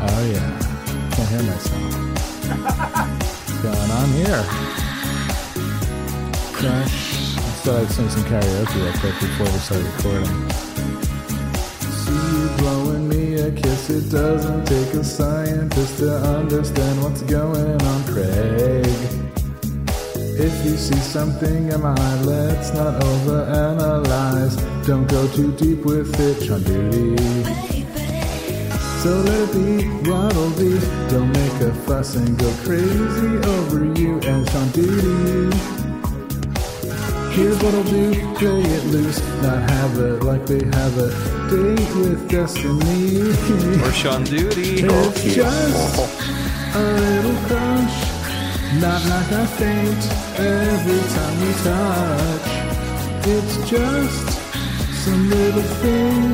Oh yeah. Can't hear myself. What's going on here? Okay. I thought I'd sing some karaoke real quick before we start recording. See you blowing me a kiss, it doesn't take a scientist to understand what's going on, Craig. If you see something in my eye, let's not overanalyze. Don't go too deep with it, Sean Duty. So let it be, Ronald be. Don't make a fuss and go crazy over you and Sean Duty. Here's what I'll do, play it loose, not have it like they have a date with destiny. Or Sean Duty. it's just a little crush, not like I faint every time we touch. It's just some little thing,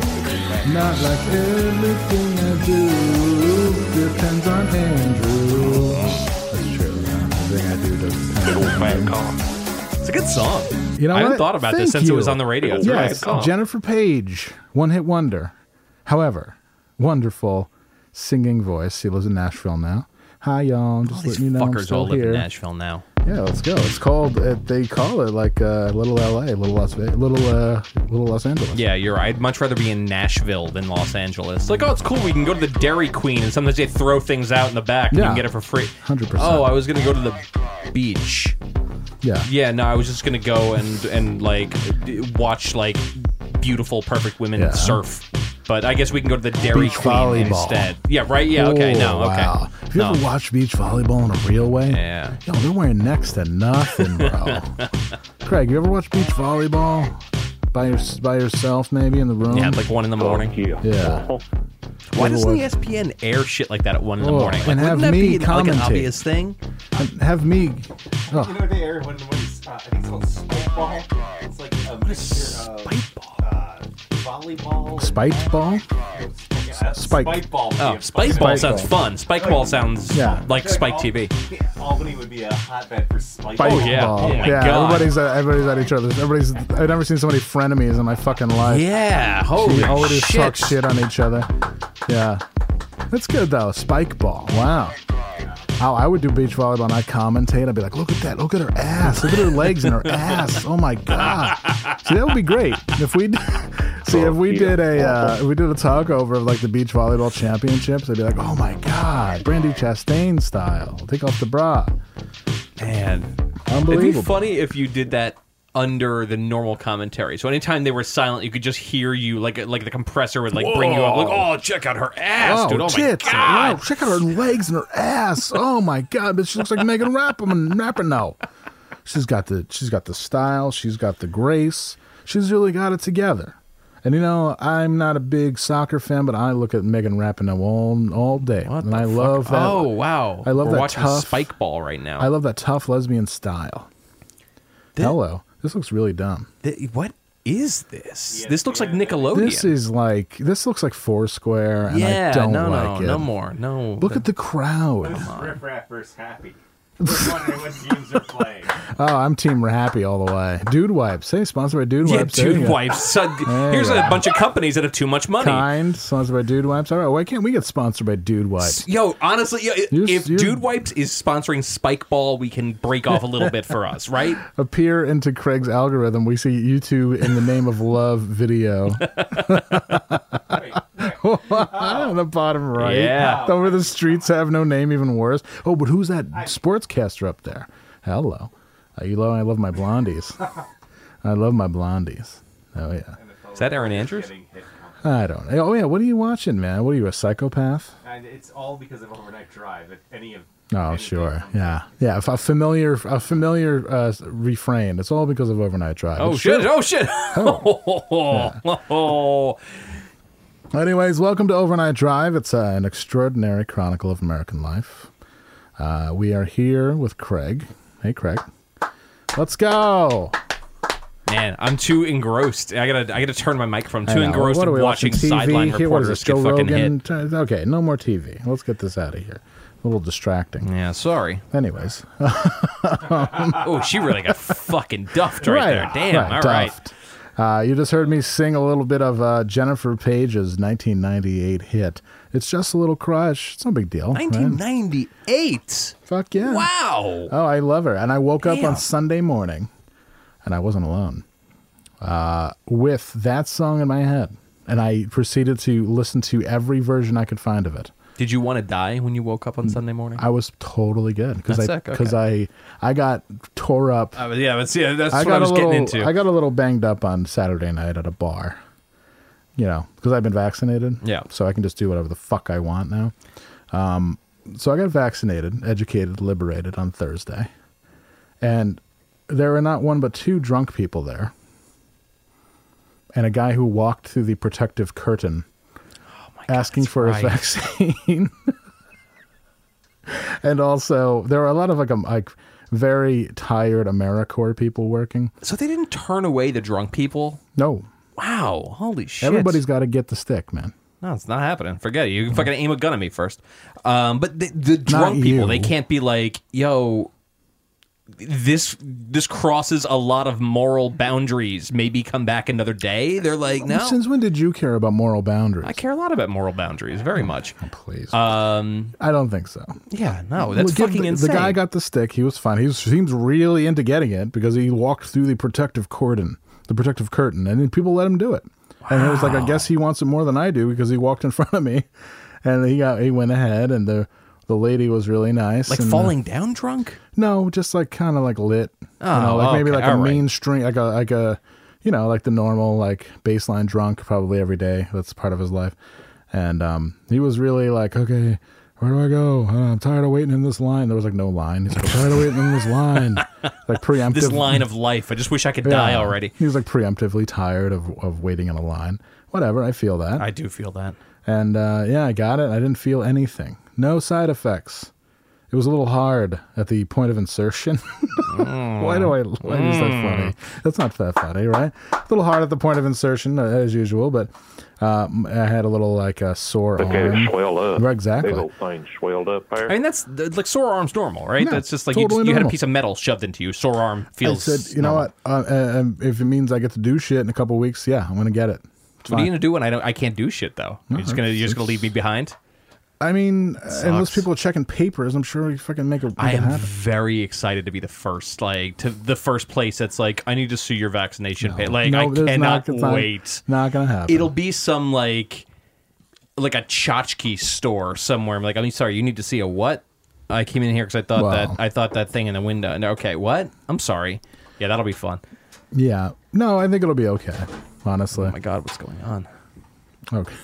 not like everything I do depends on Andrew. That's true. Everything I do does depend on him. It's a good song. You know I hadn't what? thought about this Thank since it you. was on the radio. It's a really good Yes, song. Jennifer Page, one hit wonder. However, wonderful singing voice. She lives in Nashville now. Hi, y'all. I'm All just these letting you know I'm fuckers still all live here. in Nashville now. Yeah, let's go. It's called. Uh, they call it like uh, Little L.A., Little Las Vegas, Little uh, Little Los Angeles. Yeah, you're right. I'd much rather be in Nashville than Los Angeles. Like, oh, it's cool. We can go to the Dairy Queen, and sometimes they throw things out in the back and you Yeah. can get it for free. 100%. Oh, I was going to go to the beach. yeah. Yeah, no, I was just going to go and, and, like, d- watch, like, beautiful, perfect women Yeah. surf. But I guess we can go to the Dairy Beach Queen volleyball. instead. Yeah, right? Yeah, okay, Oh, no, okay. wow. If you No. ever watch beach volleyball in a real way, Yeah. yo, they're wearing next to nothing, bro. Craig, you ever watch beach volleyball by your, by yourself, maybe in the room? Yeah, like one in the morning. yeah. Why doesn't E Overwatch. ESPN air shit like that at one in the Oh, morning? Like, and wouldn't have that me be like an commentate. obvious thing? And have me. You Oh, know they air when when it's, uh, I think it's called spike ball. It's like a mixture of Spike ball. uh, volleyball. spiked ball. and- yeah, spike. Spike ball. would be Oh, a spike fucking- ball Spike sounds ball. fun. Spike ball sounds Yeah. like Spike Al- TV. yeah, Albany would be a hotbed for spike. Spike ball. yeah. ball. Oh my yeah, God. everybody's at, everybody's at each other. Everybody's. I've never seen so many frenemies in my fucking life. Yeah, holy We always shit. talk shit on each other. Yeah. That's good though. Spike ball. Wow. Oh, I would do beach volleyball and I commentate. I'd be like, look at that. Look at her ass. Look at her legs and her ass. Oh my God. See, that would be great. If we see if we did a uh, if we did a talk over of like the beach volleyball championships, I'd be like, oh my God, Brandy Chastain style. Take off the bra. Man, it'd be Unbelievable. funny if you did that under the normal commentary. So anytime they were silent, you could just hear you like like the compressor would like bring you up. Like, oh, check out her ass, Oh, dude. Oh tits. my god. Wow, check out her legs and her ass. Oh my god, but she looks like Megan Rapinoe. now. She's got the she's got the style, she's got the grace. She's really got it together. And you know, I'm not a big soccer fan, but I look at Megan Rapinoe all, all day. What and the I fuck? love that. Oh wow. I love we're that watching tough- spike ball right now. I love that tough lesbian style. Hello. This looks really dumb. Th- what is this? This looks like Nickelodeon. This is like this looks like Foursquare and Oh, yeah, I don't no, like no, it. no more, no. Look at the crowd. This is Riff Raff versus Happy. We're wondering what teams are playing. Oh, I'm Team Happy all the way. Dude Wipes. Hey, sponsored by Dude Yeah, Wipes. There you dude go. wipes. So, here's you a go. bunch of companies that have too much money. Kind, sponsored by Dude Wipes. All right, why can't we get sponsored by Dude Wipes? Yo, honestly, yo, i- You're- if you're- Dude Wipes is sponsoring Spike Ball, we can break off a little bit for us, right? Appear into Craig's algorithm. We see you two in the name of love video on the bottom right. Yeah. Over the streets have no name, even worse. Oh, but who's that sportscaster up there? Hello. Uh, you love, I love my blondies. I love my blondies. Oh, yeah. Is that Aaron Andrews? Getting hit. I don't know. Oh yeah, what are you watching, man? What are you, a psychopath? And it's all because of Overnight Drive. If any of Oh, anything sure. from- Yeah, yeah. A familiar, a familiar uh, refrain. It's all because of Overnight Drive. Oh It's shit! true. Oh shit! Oh. Anyways, welcome to Overnight Drive. It's uh, an extraordinary chronicle of American life. Uh, we are here with Craig. Hey, Craig. Let's go. Man, I'm too engrossed. I gotta, I gotta turn my microphone. Too I know. engrossed What in are we watching TV sideline here? What reporters is this, get Joe fucking hit. Rogan? T- Okay, no more TV. Let's get this out of here. A little distracting. Yeah, sorry. Anyways, Oh, she really got fucking duffed right, there. Damn. all right. Duffed. Uh, you just heard me sing a little bit of uh, Jennifer Page's 1998 hit. It's just a little crush. It's no big deal. right? 1998. Fuck yeah. Wow. Oh, I love her. And I woke up Damn. on Sunday morning, and I wasn't alone, uh, with that song in my head. And I proceeded to listen to every version I could find of it. Did you want to die when you woke up on Sunday morning? Mm. I was totally good because That's I sick, because I I got tore up. Uh, yeah, that's yeah, that's I what got I was a little getting into. I got a little banged up on Saturday night at a bar. You know, because I've been vaccinated. Yeah. So I can just do whatever the fuck I want now. Um, so I got vaccinated, educated, liberated on Thursday, and there were not one but two drunk people there, and a guy who walked through the protective curtain Oh asking for his right. vaccine. and also, there were a lot of like, um, like very tired AmeriCorps people working. so they didn't turn away the drunk people. No, Wow. Holy shit. everybody's got to get the stick, man. No, it's not happening. Forget it. You can fucking aim a gun at me first. Um, but the, the drunk Not people, you. they can't be like, yo, this this crosses a lot of moral boundaries. Maybe come back another day. They're like, no, Since when did you care about moral boundaries? I care a lot about moral boundaries, very much. Please, Um, I don't think so. yeah, no, that's Well, give fucking the, insane. The guy got the stick. He was fine. He was- seems really into getting it because he walked through the protective cordon, the protective curtain, and then people let him do it. And it was like, I guess he wants it more than I do because he walked in front of me, and he got he went ahead, and the the lady was really nice. like and, uh, falling down drunk. no, just like kind of like lit. Oh, you know, like maybe okay, like a all right. mainstream, like a like a, you know, like the normal like baseline drunk probably every day. That's part of his life, and um, he was really like, okay, where do I go? Uh, I'm tired of waiting in this line. There was like no line. He's like, I'm tired of waiting in this line, like preemptive. This line of life. I just wish I could die Yeah. already. He was like preemptively tired of of waiting in a line. Whatever, I feel that. I do feel that. And uh, yeah, I got it. I didn't feel anything. No side effects. It was a little hard at the point of insertion. why do I? Why is Mm. that funny? That's not that funny, right? A little hard at the point of insertion, uh, as usual. But uh, m- I had a little like a sore Look at arm. it swelled up. Right, exactly. Big old thing swelled up there. I mean, that's like sore arm's normal, right? Yeah, that's just like you, totally just, you had a normal. piece of metal shoved into you. Sore arm I feels. said, you know normal. what? Uh, uh, um, if it means I get to do shit in a couple weeks, yeah, I'm gonna get it. It's What are you fine. gonna do when I don't? I can't do shit though. you're just gonna you're just gonna leave me behind. I mean, uh, unless Sucks. people are checking papers, I'm sure we fucking make it, make I it am happen. very excited to be the first, like to the first place that's like I need to see your vaccination. pa-" Like No, I there's cannot it's not- wait. Not gonna happen. It'll be some like like a tchotchke store somewhere. I'm like I'm sorry, you need to see a what? I came in here because I thought Wow. that I thought that thing in the window. And okay, what? I'm sorry. Yeah, that'll be fun. Yeah. No, I think it'll be okay. Honestly. Oh my god, what's going on? okay.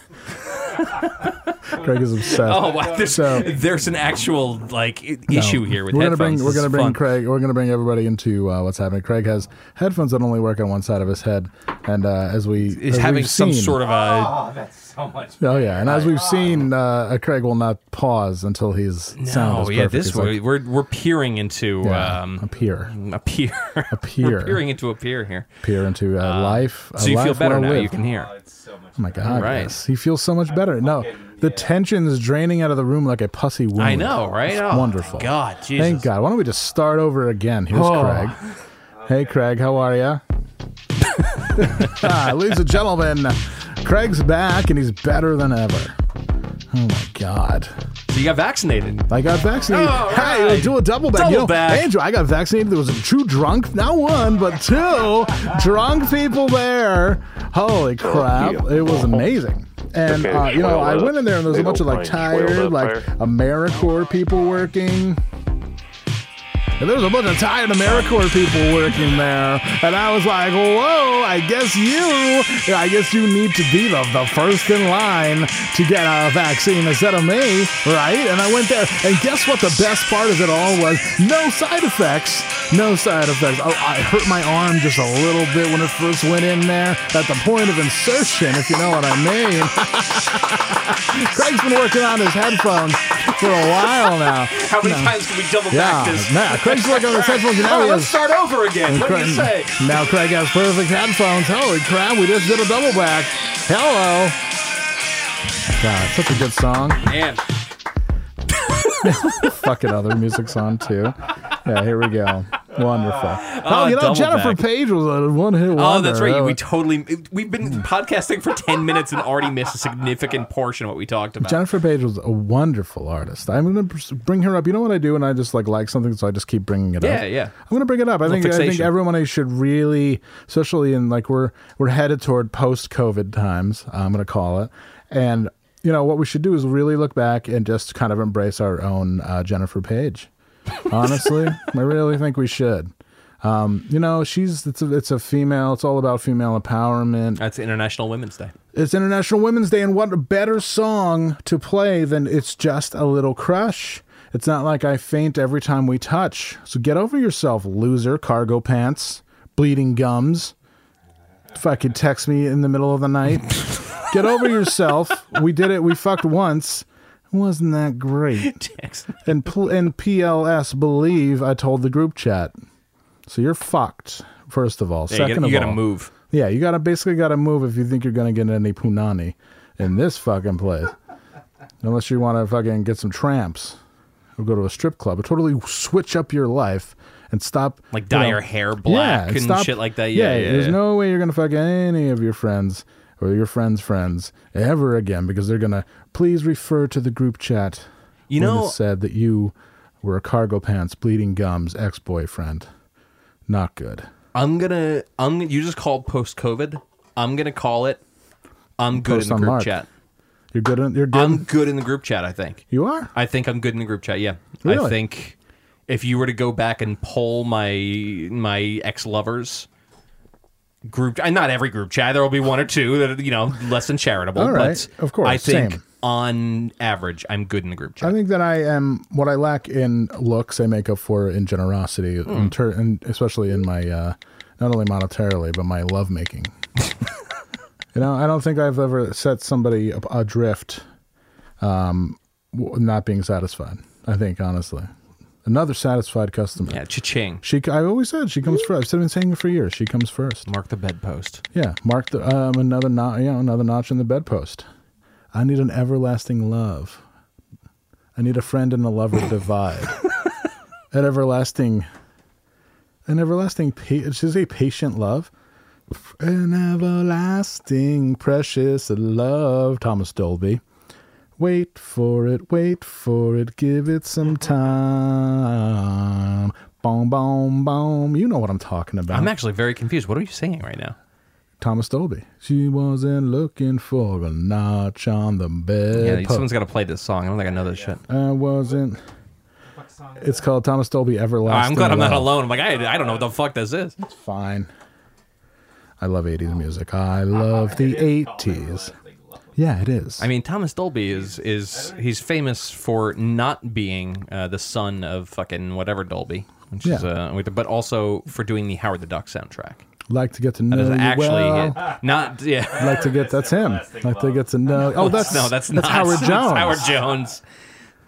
Craig is obsessed. Oh wow, there's So- there's an actual like i- No. issue here with we're gonna headphones. bring we're This gonna is bring fun. Craig we're gonna bring everybody into uh, what's happening. Craig has headphones that only work on one side of his head, and uh, as we is having some sort of a Oh, that's so much. oh yeah, and as we've seen, uh, uh, Craig will not pause until he's sound. No, is yeah, perfect. this He's way like, we're we're peering into yeah, um, a peer, a peer, a peer, we're peering into a peer here. peer into a life. a um, So you feel life better well now. You lived. can hear. Oh, it's so much. Oh my God! Right. Yes, he feels so much better. No, fucking- the yeah. tension is draining out of the room like a pussy wound. I know, right? It's Oh, wonderful. God, Jesus. Oh. Thank God. Why don't we just start over again? Here's Craig. Hey, Craig, how are you? Ladies and gentlemen, Craig's back and he's better than ever. Oh my God! So you got vaccinated. I got vaccinated. All Hey, right. we'll do a double back. Double you know, back. Andrew, I got vaccinated. There was a two drunk, not one, but two drunk people there. Holy crap! yeah. It was amazing. And Okay, uh, you know, swell I up. went in there and there was a Big bunch of old like thing swelled tired, up like there. AmeriCorps people working. And there's a bunch of tired AmeriCorps people working there. And I was like, whoa, I guess you, I guess you need to be the, the first in line to get a vaccine instead of me, right? And I went there, and guess what the best part of it all was? No side effects. No side effects. Oh, I hurt my arm just a little bit when it first went in there at the point of insertion, if you know what I mean. Craig's been working on his headphones for a while now. How many times can we double back Yeah, this? nah, Craig's working on his headphones and now Oh, he let's has start over again. What do you Craig- say? Now Craig has perfect headphones. Holy crap, we just did a double back. Hello. God, such a good song. Man, Fucking other music's on too. Yeah, here we go. Wonderful. Oh, Oh, you know, double Jennifer back. Page was a one hit wonder. oh, that's right. That We was- totally we've been podcasting for ten minutes and already missed a significant portion of what we talked about. Jennifer Page was a wonderful artist. I'm going to bring her up. You know what I do when I just like like something, so I just keep bringing it up. Yeah, yeah. I'm going to bring it up. I think I think fixation. everyone should really, especially in like we're we're headed toward post COVID times. uh, I'm going to call it, and you know what we should do is really look back and just kind of embrace our own uh, Jennifer Page. Honestly, I really think we should. Um, you know, she's it's a, it's a female. It's all about female empowerment. That's International Women's Day. It's International Women's Day, and what a better song to play than It's Just a Little Crush? It's not like I faint every time we touch. So get over yourself, loser, cargo pants, bleeding gums. Fucking text me in the middle of the night. get over yourself. We did it. We fucked once. Wasn't that great? And, pl- and PLS, believe I told the group chat. So you're fucked, first of all. Yeah, you Second gotta, you of gotta all, move. yeah, you gotta basically gotta move if you think you're gonna get any punani in this fucking place. Unless you wanna fucking get some tramps or go to a strip club or totally switch up your life and stop Like dye you know- your hair black and stop- shit like that. Yeah, yeah. there's yeah. no way you're gonna fuck any of your friends or your friends' friends ever again because they're gonna please refer to the group chat. You when it know- said that you were a cargo pants, bleeding gums, ex-boyfriend. Not good. I'm gonna I'm you just called post COVID. I'm gonna call it I'm good Post in the on group Mark. chat. You're good. In, you're good. I'm good in the group chat, I think. you are. I think I'm good in the group chat, yeah. Really? I think if you were to go back and poll my my ex lovers group and not every group chat, there will be one or two that are, you know, less than charitable. All right, But of course, I think same. on average I'm good in the group I chat. think that I am what I lack in looks, I make up for in generosity, in ter- and especially in my uh, not only monetarily but my love making. you know, I don't think I've ever set somebody ab- adrift, um, w- not being satisfied. I think honestly, another satisfied customer. yeah, cha ching. She, I always said she comes first. I've been saying it for years. She comes first. Mark the bedpost. Yeah, mark the um, another notch, you know, another notch in the bedpost. I need an everlasting love. I need a friend in a lover divide. an everlasting, an everlasting. Pa- should I say patient love? An everlasting, precious love. Thomas Dolby. Wait for it, wait for it, give it some time. Boom, boom, boom. You know what I'm talking about. I'm actually very confused. What are you singing right now? Thomas Dolby. She wasn't looking for a notch on the bed. Yeah, po- someone's got to play this song. I don't think I know this shit. I wasn't. It's called Thomas Dolby Everlasting. Oh, I'm glad I'm not Love. alone. I'm like, I, I don't know what the fuck this is. It's fine. I love 80s music. I love the 80s. Yeah, it is. I mean, Thomas Dolby is is he's famous for not being uh, the son of fucking whatever Dolby, which is Yeah. uh, but also for doing the Howard the Duck soundtrack. like to get to know That is you actually well. it. not yeah. Like to get that's him. Like to get to know. Oh, that's no, that's, that's not Howard that's Jones. Howard Jones.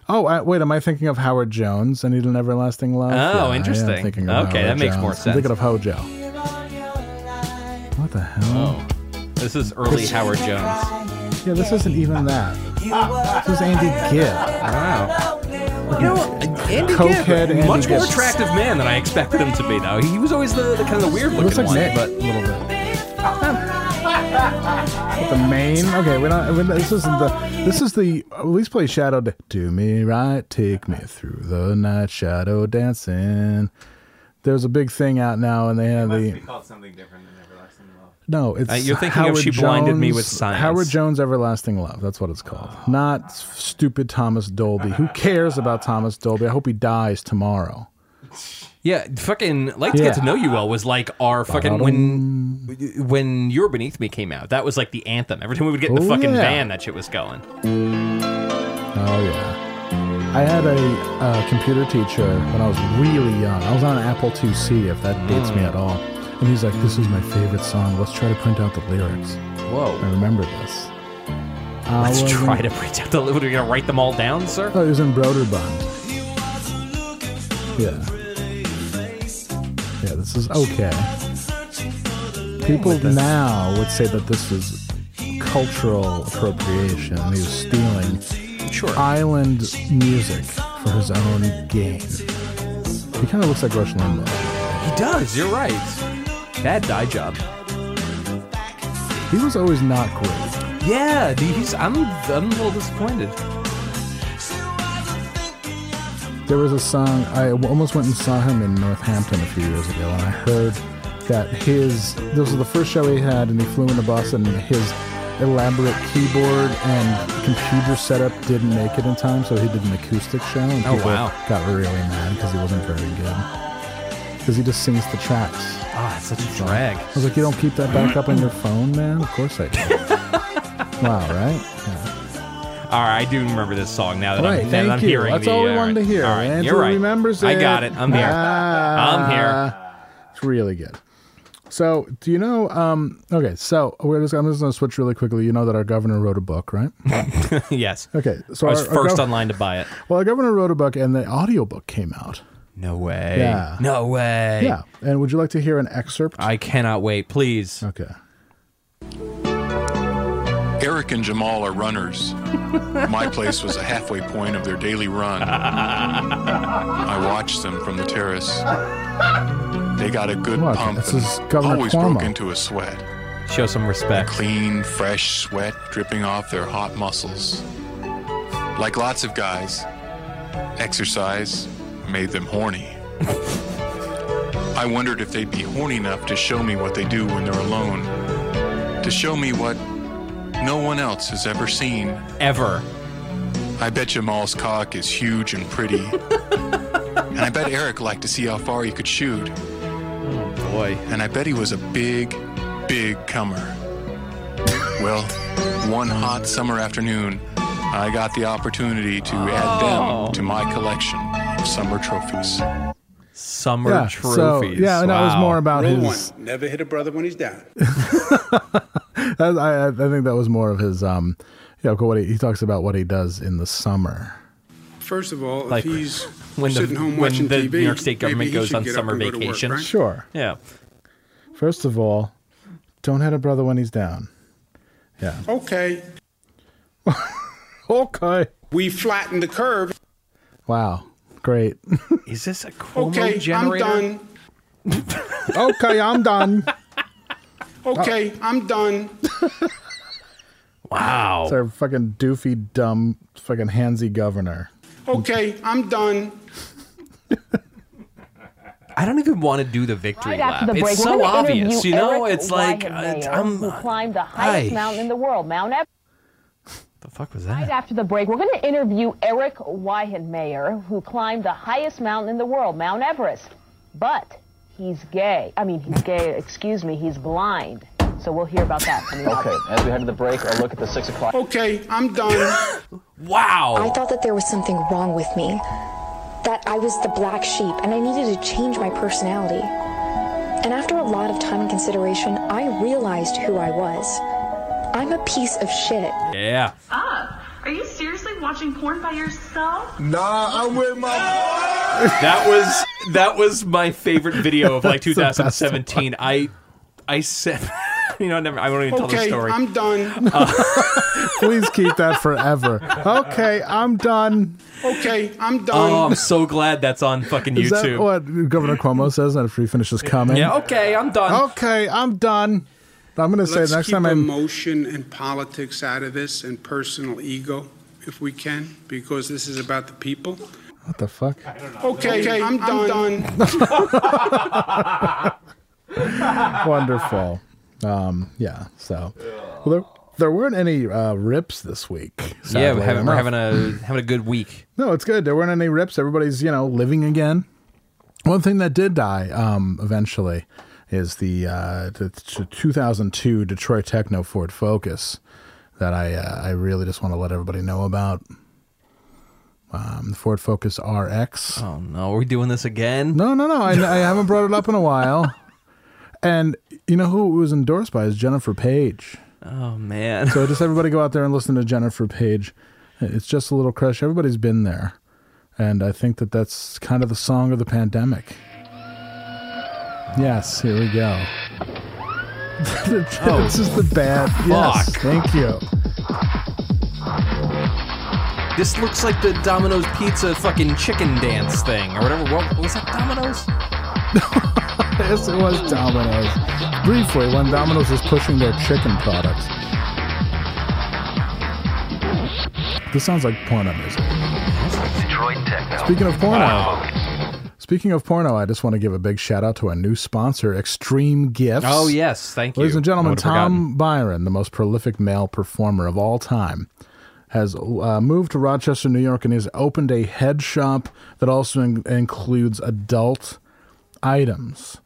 Oh, I, wait, am I thinking of Howard Jones? I need an everlasting love. Oh, I am interesting. thinking of Okay, Howard that makes more Jones. I'm thinking sense. of Hojo. What the hell? Oh. This is early Howard Jones. Yeah, this isn't even that. This is Andy Gibb. Wow. You know, Andy Cokehead Andy Gibb, much more Gibb. attractive man than I expected him to be. Though he was always the, the kind of the weird It looks looking one. like Nick, But a little bit. With the mane. Okay, we're not. We're not this isn't the. This is the. At least play Shadow. Da- Do me right, take me through the night, shadow dancing. There's a big thing out now, and they have Must be the. called something different than Everlasting Love. No, it's Uh, you're thinking of Howard She Jones, Blinded Me with Science. Howard Jones, Everlasting Love. That's what it's called. Not stupid Thomas Dolby. Who cares about Thomas Dolby? I hope he dies tomorrow. Yeah, fucking like to get Yeah. to know you well was like our fucking when when You're Beneath Me came out. That was like the anthem. Every time we would get in the Oh, fucking yeah. van, that shit was going. Oh yeah. I had a uh, computer teacher when I was really young. I was on Apple IIc, if that dates Hmm. me at all. And he's like, "This is my favorite song. Let's try to print out the lyrics." I Whoa. remember this. Let's I was try in- to print out the. What, Are you gonna write them all down, sir? Oh, it was in Broderbund. Yeah. Yeah, this is okay. People now would say that this is cultural appropriation. He was stealing Sure. Uh, island music for his own gain. He kind of looks like Rush Limbaugh. He does. You're right. Bad dye job. He was always not great. Yeah, dude, he's. I'm. I'm a little disappointed. There was a song, I w- almost went and saw him in Northampton a few years ago, and I heard that his, this was the first show he had, and he flew into Boston, and his elaborate keyboard and computer setup didn't make it in time, so he did an acoustic show, and Oh, people wow. got really mad because he wasn't very good. Because he just sings the tracks. Ah, it's such a drag. I was like, you don't keep that back up on your phone, man? Of course I do. wow, right? Yeah. All right, I do remember this song now that All I'm, right, now that thank I'm you. hearing. That's the, all we uh, wanted to hear. All right, Andrew you're right. remembers I got it. I'm here. I'm here. Ah, It's really good. So, do you know? Um, okay, so we're just, I'm just going to switch really quickly. You know that our governor wrote a book, right? yes. Okay, so I was our, our first gov- online to buy it. Well, our governor wrote a book, and the audiobook came out. No way. Yeah. No way. Yeah, and would you like to hear an excerpt? I cannot wait. Please. okay. Eric and Jamal are runners. My place was a halfway point of their daily run. I watched them from the terrace. They got a good Look, pump this and is Governor always Cuomo. broke into a sweat. Show some respect. Clean, fresh sweat dripping off their hot muscles. Like lots of guys, exercise made them horny. I wondered if they'd be horny enough to show me what they do when they're alone, to show me what no one else has ever seen. Ever. I bet Jamal's cock is huge and pretty. and I bet Eric liked to see how far he could shoot. Boy. And I bet he was a big, big comer. Well, one hot summer afternoon, I got the opportunity to add them to my collection of summer trophies. Summer Yeah. trophies. So, yeah, and that was Wow. more about Rule his. one: never hit a brother when he's down. I, I, I think that was more of his. Um, you know, what he, he talks about what he does in the summer. First of all, Like, if he's when the- sitting home when watching the TV, New York State government maybe he goes should on get up summer and go to work, vacation. right? Sure. Yeah. First of all, don't hit a brother when he's down. Okay, Okay. we flattened the curve. Wow. Great. Is this a Cuomo Okay, I'm generator? done. okay, I'm done. Okay, Ah. I'm done. Wow. It's our fucking doofy, dumb, fucking handsy governor. Okay, I'm done. I don't even want to do the victory Right lap. after the break, it's we're so gonna obvious, interview you know. Eric it's like uh, Weihenmayer, I'm. who climbed the Hi. highest mountain in the world, Mount Everest. the fuck was Right that? after the break, we're going to interview Eric Weihenmayer, who climbed the highest mountain in the world, Mount Everest. But he's gay. I mean, he's gay. Excuse me, he's blind. So we'll hear about that from the audience. As we head to the break, a look at the six o'clock. Okay, I'm done. I Wow. thought that there was something wrong with me, that I was the black sheep and I needed to change my personality. And after a lot of time and consideration, I realized who I was. I'm a piece of shit. Yeah. Are you seriously watching porn by yourself? Nah, I'm with my. That was that was my favorite video of like 2017. I I said, you know, never. I won't even tell the Okay, story. I'm done. Please keep that forever. Okay, I'm done. Okay, Um, I'm Oh, done. I'm so glad that's on fucking Is YouTube. that what Governor Cuomo says after he finishes coming? yeah. Okay. I'm done. Okay, I'm done. I'm gonna Let's say next keep time I'm. emotion and politics out of this and personal ego, if we can, because this is about the people. What the fuck? Okay, I'm, done. Wonderful. Um, yeah. So, well, there, there weren't any uh, rips this week. Yeah, sadly we're having, we're enough. having a having a good week. No, it's good. There weren't any rips. Everybody's, you know, living again. One thing that did die um, eventually is the, uh, the t- 2002 Detroit Techno Ford Focus that I uh, I really just want to let everybody know about. Um, the Ford Focus RX. Oh no, are we doing this again? No, no, no. I, I haven't brought it up in a while. And you know who it was endorsed by is Jennifer Page. Oh man. So just everybody go out there and listen to Jennifer Page. It's just a little crush. Everybody's been there. And I think that that's kind of the song of the pandemic. Yes, here we go. this is the bad. Yes, Fuck. thank you. This looks like the Domino's Pizza fucking chicken dance thing or whatever. What was that Domino's? yes, it was Domino's. Briefly, when Domino's was pushing their chicken products. This sounds like porno music. Detroit Techno. Speaking of porno. Wow. Speaking of porno, I just want to give a big shout out to our new sponsor, Extreme Gifts. Oh, yes. Thank Ladies you. and I gentlemen, would've Tom Byron, the most prolific male performer of all time, has uh, moved to Rochester, New York, and has opened a head shop that also in- includes adult items.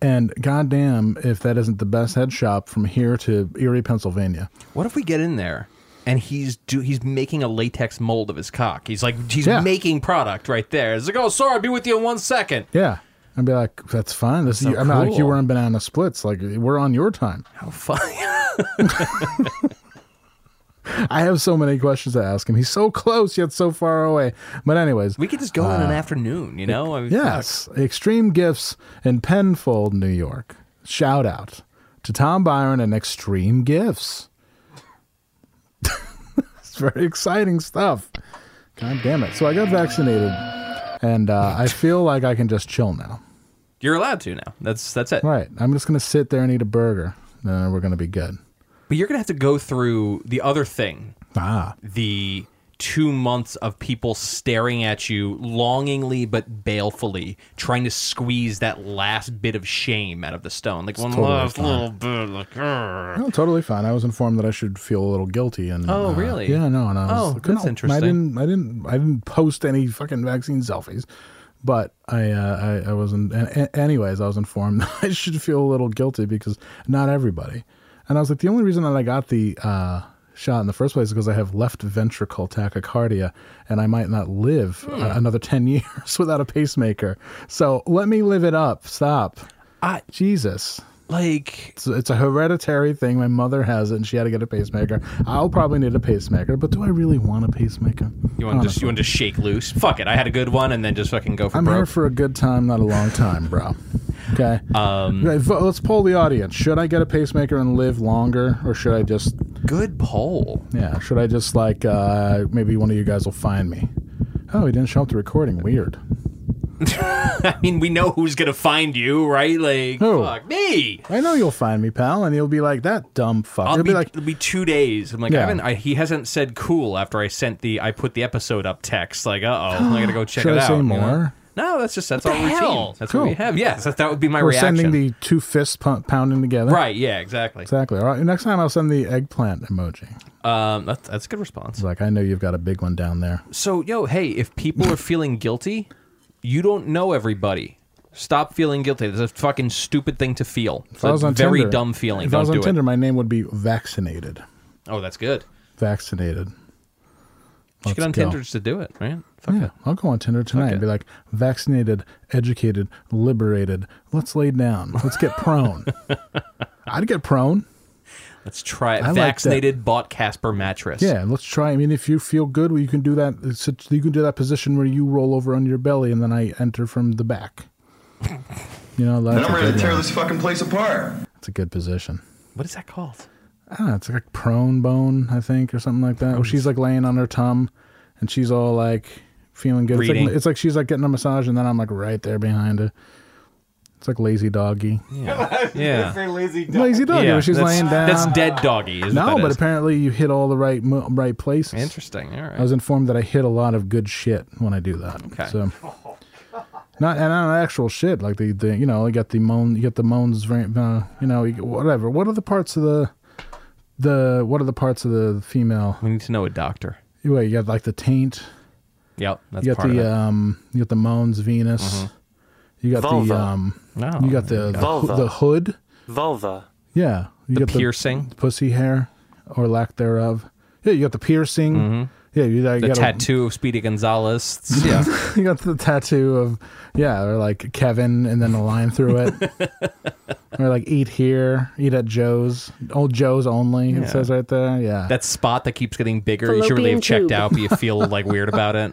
And goddamn, if that isn't the best head shop from here to Erie, Pennsylvania. What if we get in there and he's do he's making a latex mold of his cock? He's like he's Yeah. making product right there. It's like, oh sorry, I'll be with you in one second. Yeah. I'd be like, that's fine. This That's is, so I'm not like you cool. were in banana splits. Like we're on your time. How fun. I have so many questions to ask him. He's so close yet so far away. But anyways, we could just go in an afternoon, you know? I mean, yes, Extreme Gifts in Penfold, New York. Shout out to Tom Byron and Extreme Gifts. it's very exciting stuff. God damn it! So I got vaccinated, and uh, I feel like I can just chill now. You're allowed to now. That's that's it. Right? I'm just gonna sit there and eat a burger, and then we're gonna be good. But you're gonna have to go through the other thing. Ah. The two months of people staring at you longingly but balefully, trying to squeeze that last bit of shame out of the stone. Like one totally last fine. little bit like "Grr." No, totally fine. I was informed that I should feel a little guilty. And Oh, uh, really? Yeah, no, no. Oh, it's- that's no, interesting. I didn't, I didn't, I didn't post any fucking vaccine selfies, but I, uh, I, I wasn't. a- a- Anyways, I was informed that I should feel a little guilty because not everybody. And I was like, the only reason that I got the uh, shot in the first place is because I have left ventricle tachycardia, and I might not live a- Hmm. another ten years without a pacemaker. So let me live it up. Stop. I, Jesus. Like it's, it's a hereditary thing. My mother has it, and she had to get a pacemaker. I'll probably need a pacemaker, but do I really want a pacemaker? You want to just you want to shake loose? Fuck it. I had a good one, and then just fucking go for I'm broke. here for a good time, not a long time, bro. Okay. Um, Okay, vo- let's poll the audience. Should I get a pacemaker and live longer, or should I just? Good poll. Yeah. Should I just like uh, maybe one of you guys will find me? Oh, he didn't show up to recording. Weird. I mean, we know who's gonna find you, right? Like, Who? fuck me. I know you'll find me, pal, and you'll be like that dumb fuck. I'll You'll be, be like, it'll be two days. I'm like, I Yeah. haven't. I, he hasn't said cool after I sent the I put the episode up text. Like, uh oh, I gotta go check Should it I out. say you know? more? No, that's just that's What our the routine. hell? That's Cool. what we have. Yes, that, that would be my we're reaction. sending the two fists pu- pounding together. right? Yeah, exactly. Exactly. All right. Next time I'll send the eggplant emoji. Um, that's that's a good response. It's like I know you've got a big one down there. So, yo, hey, if people are feeling guilty, you don't know everybody. Stop feeling guilty. That's a fucking stupid thing to feel. It's If I was a on very Tinder- dumb feeling. If I Don't was on do Tinder, it. my name would be vaccinated. Oh, that's good. Vaccinated. You should get Let's on go. Tinder just to do it, right? yeah, I'll go on Tinder tonight and be like, vaccinated, educated, liberated. Let's lay down. Let's get prone. I'd get prone. Let's try it. I like that. Vaccinated bought Casper mattress. Yeah, let's try. I mean, if you feel good, well, you can do that. It's such- You can do that position where you roll over on your belly and then I enter from the back. You know, Then that's I'm a ready good to tear one. this fucking place apart. It's a good position. What is that called? I don't know, it's like prone bone, I think, or something like that. Where she's like laying on her tum and she's all like feeling good. It's like, Reading. it's like she's like getting a massage and then I'm like right there behind her. It's like lazy doggy. Yeah. yeah. lazy dog. Lazy doggy, where she's that's, laying down. That's dead doggy. Is no, what that but is. apparently you hit all the right mo- right places. interesting. All right. I was informed that I hit a lot of good shit when I do that. Okay. So not and not actual shit like the, the you know you got the moan you got the moans very- uh, you know you get whatever. What are the parts of the the what are the parts of the female? we need to know a doctor. Wait, you got like the taint. Yep, that's you got part the uh, of it. Mm-hmm. um you got the moans Venus. You got Vulva. the um, you got the the, hoo- Vulva. the hood. Vulva. Yeah, you The got piercing. the pussy hair or lack thereof. Yeah, you got the piercing. Mhm. Yeah, you, you the got a- tattoo of Speedy Gonzalez. Yeah. you got the tattoo of yeah, or like Kevin, and then a line through it, or like eat here, eat at Joe's, old Joe's only. Yeah. It says right there. Yeah, that spot that keeps getting bigger. You should really have Fallopian checked tube. out, but you feel like weird about it.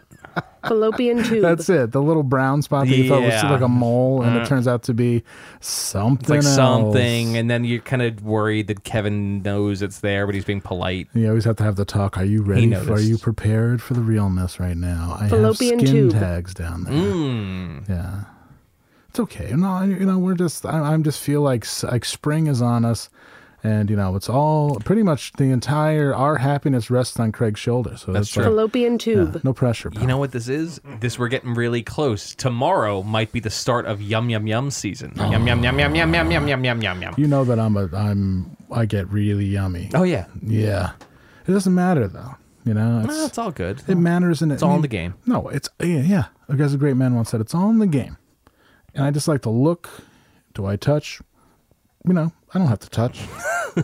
Fallopian tube. That's it. The little brown spot that you thought was Yeah. like a mole, and Uh. it turns out to be something. It's like else. something, and then you're kind of worried that Kevin knows it's there, but he's being polite. You always have to have the talk. Are you ready? For, are noticed. you prepared for the realness right now? I Fallopian have skin tube. tags down there. Mm. Yeah, it's okay. No, you know we're just. I, I'm just feel like s- like spring is on us, and you know it's all pretty much the entire our happiness rests on Craig's shoulders. So That's it's true. like- Fallopian tube. yeah, no pressure. You know what this is? This we're getting really close. Tomorrow might be the start of yum yum yum season. Yum yum yum yum yum yum yum yum yum yum yum. You know that I'm a I'm I get really yummy. Oh yeah, yeah. It doesn't matter though. You know, No, it's all good. It matters, and It's I all in mean, the game. No, it's yeah, yeah. A guy's a great man once said, "It's all in the game," and I just like to look. Do I touch? You know, I don't have to touch.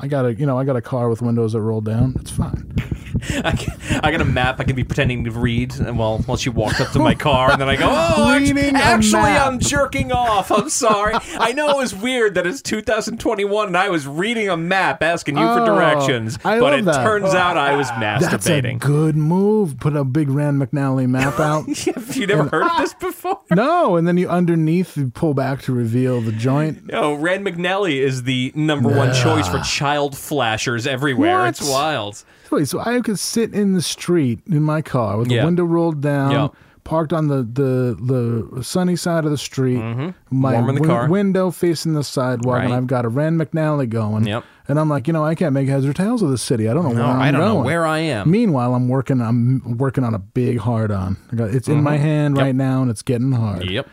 I got a you know I got a car with windows that roll down. It's fine. I, can, I got a map. I can be pretending to read, and while while she walks up to my car, and then I go, "Oh, act- Reading actually, a map. I'm jerking off. I'm sorry. I know it was weird that it's 2021, and I was reading a map asking you for Oh, directions, I but love it that. Oh, turns out I was That's a masturbating. good move. Put a big Rand McNally map out. Have you never heard of this before? no, and then you underneath you pull back to reveal the joint. No, Oh, Rand McNally is the number one choice for child flashers everywhere. What? It's wild. Wait, so I could sit in the street in my car with Yeah. the window rolled down, Yeah. parked on the, the, the sunny side of the street, my Mm-hmm. Warm in the win- car. window facing the sidewalk, and Right. I've got a Rand McNally going. Yep. And I'm like, you know, I can't make heads or tails of this city. I don't know No, where I'm I don't know going. where I am. Meanwhile, I'm working. I'm working on a big hard on. I got, it's in my Mhm. hand Yep. right now, and it's getting hard Yep.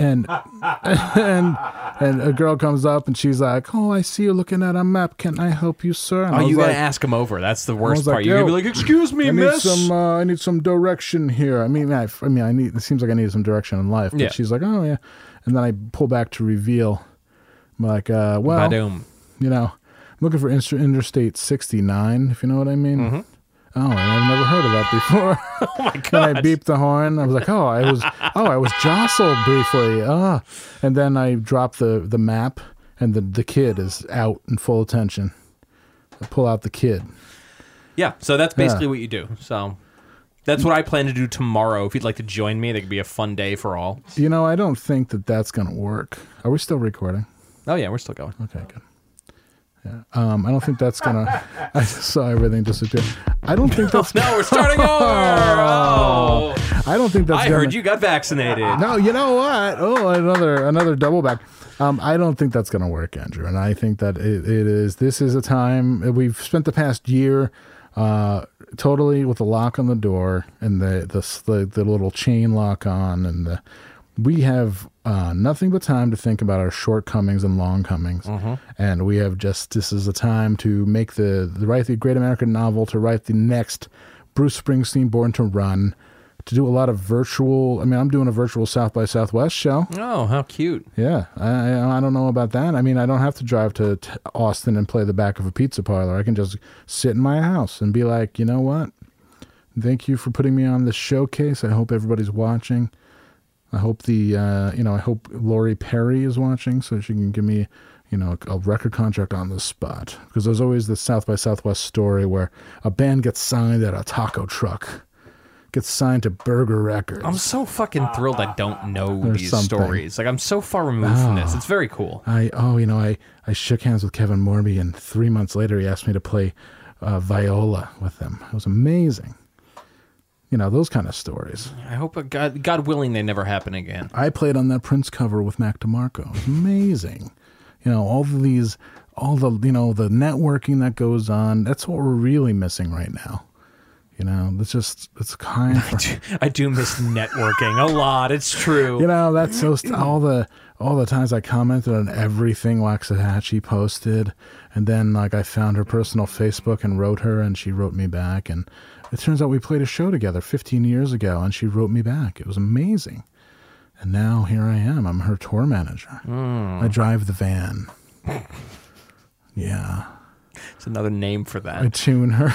and and and a girl comes up and she's like, "Oh, I see you looking at a map. Can I help you, sir?" And Oh, I was you gotta like- ask him over. That's the I worst was like, part. You're gonna "Yo, be like, "Excuse me, I miss." Need some, uh, I need some direction here. I mean, I, I mean, I need. It seems like I need some direction in life. But Yeah. she's like, "Oh yeah," and then I pull back to reveal. I'm like, uh, "Well, Badoom. you know, I'm looking for Inter- Interstate 69. If you know what I mean." Mm-hmm. Oh, and I've never heard of that before. Oh my god! and I beeped the horn. I was like, "Oh, I was, oh, I was jostled briefly." Ah, and then I dropped the the map, and the the kid is out in full attention. I pull out the kid. Yeah. So that's basically Yeah. what you do. So that's what I plan to do tomorrow. If you'd like to join me, that could be a fun day for all. You know, I don't think that that's going to work. Are we still recording? Oh yeah, we're still going. Okay, good. Yeah. Um, I don't think that's going to. I saw everything disappear. I don't think that's. No, we're starting over. Oh. I don't think that's. I gonna, heard you got vaccinated. No, you know what? Oh, another another double back. Um, I don't think that's going to work, Andrew. And I think that it, it is. This is a time uh, we've spent the past year uh, totally with the lock on the door and the the s- the, the little chain lock on, and the, we have uh, nothing but time to think about our shortcomings and longcomings. And we have just this is a time to make the, the write the great American novel, to write the next Bruce Springsteen Born to Run, to do a lot of virtual. I mean, I'm doing a virtual South by Southwest show. Oh, how cute. Yeah, I, I I don't know about that. I mean, I don't have to drive to t- Austin and play the back of a pizza parlor. I can just sit in my house and be like, you know what? Thank you for putting me on this showcase. I hope everybody's watching. I hope the uh, you know I hope Lori Perry is watching so she can give me you know a, a record contract on the spot because there's always this South by Southwest story where a band gets signed at a taco truck, gets signed to Burger Records. I'm so fucking thrilled. I don't know There's these something. Ah. stories. Like I'm so far removed from this. It's very cool. I oh you know I I shook hands with Kevin Morby and three months later he asked me to play uh, viola with him. It was amazing. You know those kind of stories. I hope uh, God, God willing, they never happen again. I played on that Prince cover with Mac DeMarco. It was amazing. You know, all of these, all the, you know, the networking that goes on. That's what we're really missing right now. You know, it's just, it's kind of, I do miss networking a lot. It's true. you know, that's so, st- all the, all the times I commented on everything Waxahachie posted. And then, like, I found her personal Facebook and wrote her, and she wrote me back. And it turns out we played a show together 15 years ago, and she wrote me back. It was amazing. And now here I am. I'm her tour manager. Mm. I drive the van. yeah. It's another name for that. I tune her.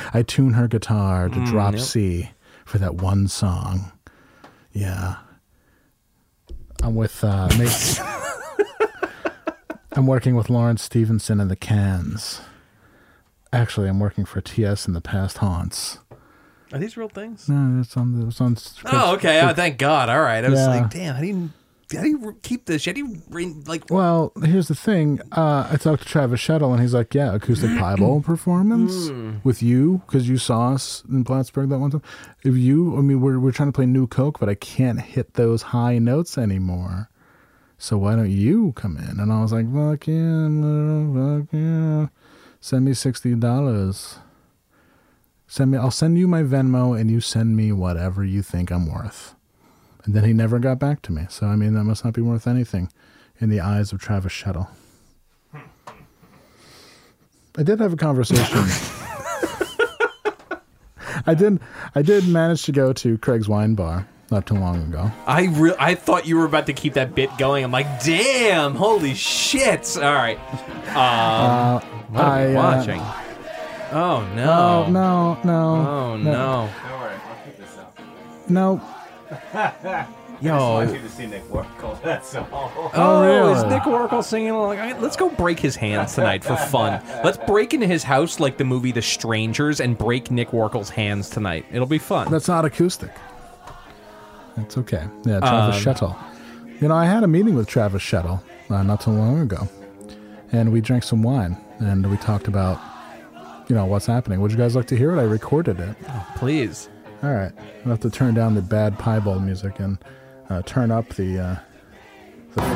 I tune her guitar to Mm, drop yep. C for that one song. Yeah. I'm with uh mate, I'm working with Lawrence Stevenson and the Cans. Actually, I'm working for TS and the Past Haunts. Are these real things? No, it's on the it's on Oh, okay. Oh, thank God. All right. I was Yeah. like, damn, how do you, how do you keep this? How do you, re- like, Well, here's the thing. Uh, I talked to Travis Shettle, and he's like, "Yeah, acoustic piebald performance Mm. with you because you saw us in Plattsburgh that one time. If you, I mean, we're we're trying to play New Coke, but I can't hit those high notes anymore. So why don't you come in?" And I was like, "Fuck yeah, man, fuck yeah! Send me sixty dollars. Send me. I'll send you my Venmo, and you send me whatever you think I'm worth." And then he never got back to me. So I mean, that must not be worth anything in the eyes of Travis Shettle. I did have a conversation. I did. I did manage to go to Craig's wine bar not too long ago. I re- I thought you were about to keep that bit going. I'm like, damn, holy shit! All right, um, Uh, what are we I, uh, watching? oh no! Oh, no, no, Oh no. no! No. I just Yo. wanted to see Nick Warkle. That's all. Oh, really? is Nick Oracle singing along? All right, let's go break his hands tonight for fun. Let's break into his house like the movie The Strangers and break Nick Oracle's hands tonight. It'll be fun. That's not acoustic. That's okay. Yeah, Travis Um, Shettle. You know, I had a meeting with Travis Shettle uh, not too long ago, and we drank some wine and we talked about, you know, what's happening. Would you guys like to hear it? I recorded it. Please. All right. I'll have to turn down the bad piebald music and uh, turn up the uh, the phone.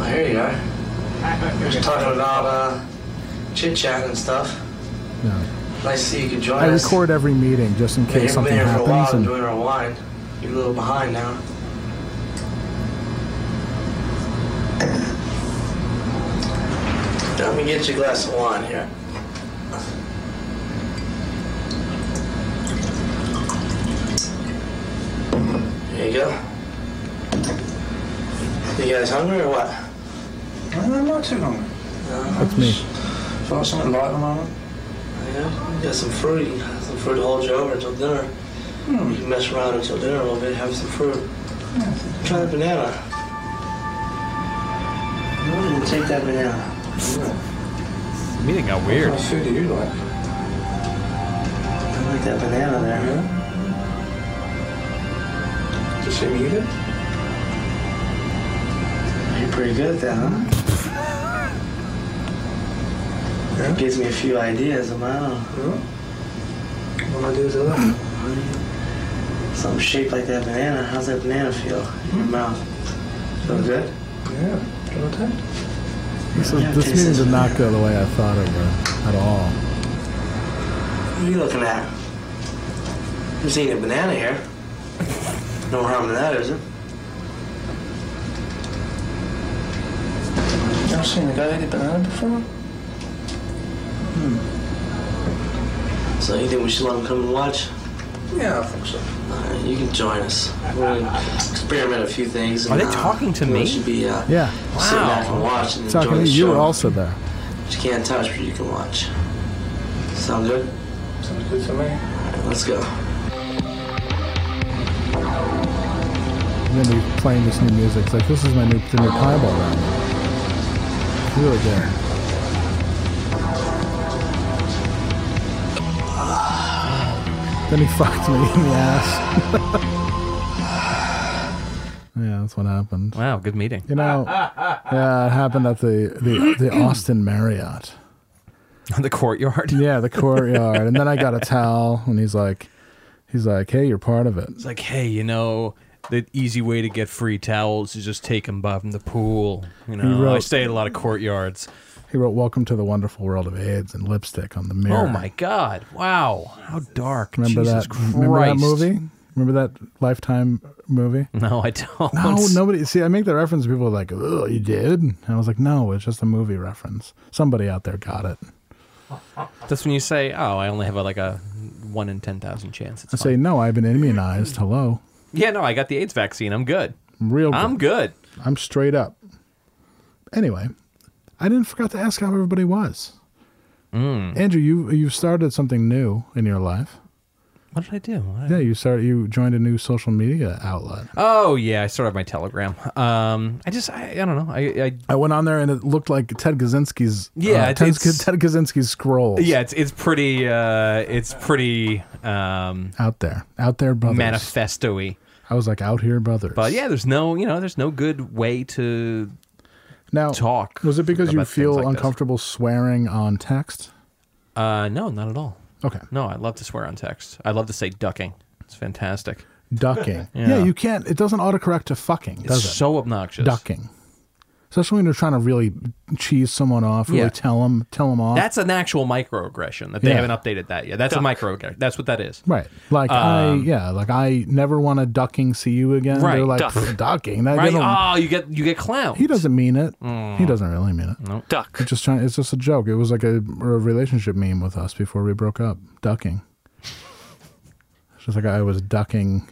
Well, here you are. We're just talking about uh, chit chat and stuff. Yeah. Nice to see you could join I us. record every meeting just in Yeah, case you've something been here for a happens. while And, enjoying our wine. You're a little behind now. Let me get you a glass of wine here. There you go. You guys hungry or what? I'm not too hungry. that's me. Found something light on it? Yeah, you got some fruit. You got some fruit to hold you over until dinner. You can mess around until dinner a little bit, have some fruit. Try the banana. Mm, take that banana. This meeting got weird. What kind of food do you like? I like that banana there, huh? Does she eat it? You're pretty good at that, huh? That gives me a few ideas of my own. What am I do is look. Something shaped like that banana. How's that banana feel in your mouth? Feel good? Yeah, feel good. This, is, this meeting did not go the way I thought it would at all. What are you looking at? I'm seeing a banana here. No harm in that, is it? You ever seen a guy eat a banana before? Hmm. So you think we should let him come and watch? Hmm. Yeah, I think so. Alright, you can join us. We're gonna experiment a few things. Are and, they uh, talking to you know, me? should be uh, Yeah. sitting Wow. back and watch and Talking enjoy to the you, you were show. also there. But you can't touch, but you can watch. Sound good? Sounds good to me. let's go. I'm gonna be playing this new music. It's like this is my new the new piebald album. It's Really good. Then he fucked me in the ass. yeah, that's what happened. Wow, good meeting. You know, yeah, it happened at the the, the Austin Marriott. the courtyard. Yeah, the courtyard. and then I got a towel, and he's like, he's like, hey, you're part of it. It's like, hey, you know, the easy way to get free towels is just take them by from the pool. You know, I wrote- stay at a lot of courtyards. He wrote "Welcome to the Wonderful World of AIDS" and lipstick on the mirror. Oh my god! Wow, how dark. Remember Jesus that? Christ. Remember that movie? Remember that Lifetime movie? No, I don't. No, nobody. See, I make the reference. People are like, "Oh, you did?" And I was like, "No, it's just a movie reference. Somebody out there got it." That's when you say, "Oh, I only have a, like a one in ten thousand chance." It's I say, "No, I've been immunized. Hello." yeah, no, I got the AIDS vaccine. I'm good. I'm real. Oh, Good. I'm good. I'm straight up. Anyway, I didn't forget to ask how everybody was. Mm. Andrew, you you started something new in your life. What did I do? I- Yeah, you started. You joined a new social media outlet. Oh yeah, I still have my Telegram. Um, I just I, I don't know. I, I I went on there and it looked like Ted Kaczynski's. Yeah, uh, Ted, it's- Ted Kaczynski's scroll yeah, it's it's pretty uh, it's pretty um, out there, out there, brothers. manifesto-y. I was like, out here, brothers. But yeah, there's no you know there's no good way to now talk. Was it because you about things feel like this. uncomfortable swearing on text? Uh, no, not at all. Okay. No, I love to swear on text. I love to say ducking. It's fantastic. Ducking. Yeah. yeah. you can't. It doesn't autocorrect to fucking, It's does it? so obnoxious. Ducking. Especially when you're trying to really cheese someone off, really Yeah. tell them, tell them off. That's an actual microaggression that they Yeah. haven't updated that yet. That's Duck. a microaggression. That's what that is. Right. Like I Um, yeah, like I never want to ducking see you again. Right. They're like Duck. "Pff, ducking. That right. doesn't- Oh, Mm. you get you get clown. he doesn't mean it. He doesn't really mean it. No. Duck. It's just trying it's just a joke. It was like a, a relationship meme with us before we broke up. Ducking. it's just like I was ducking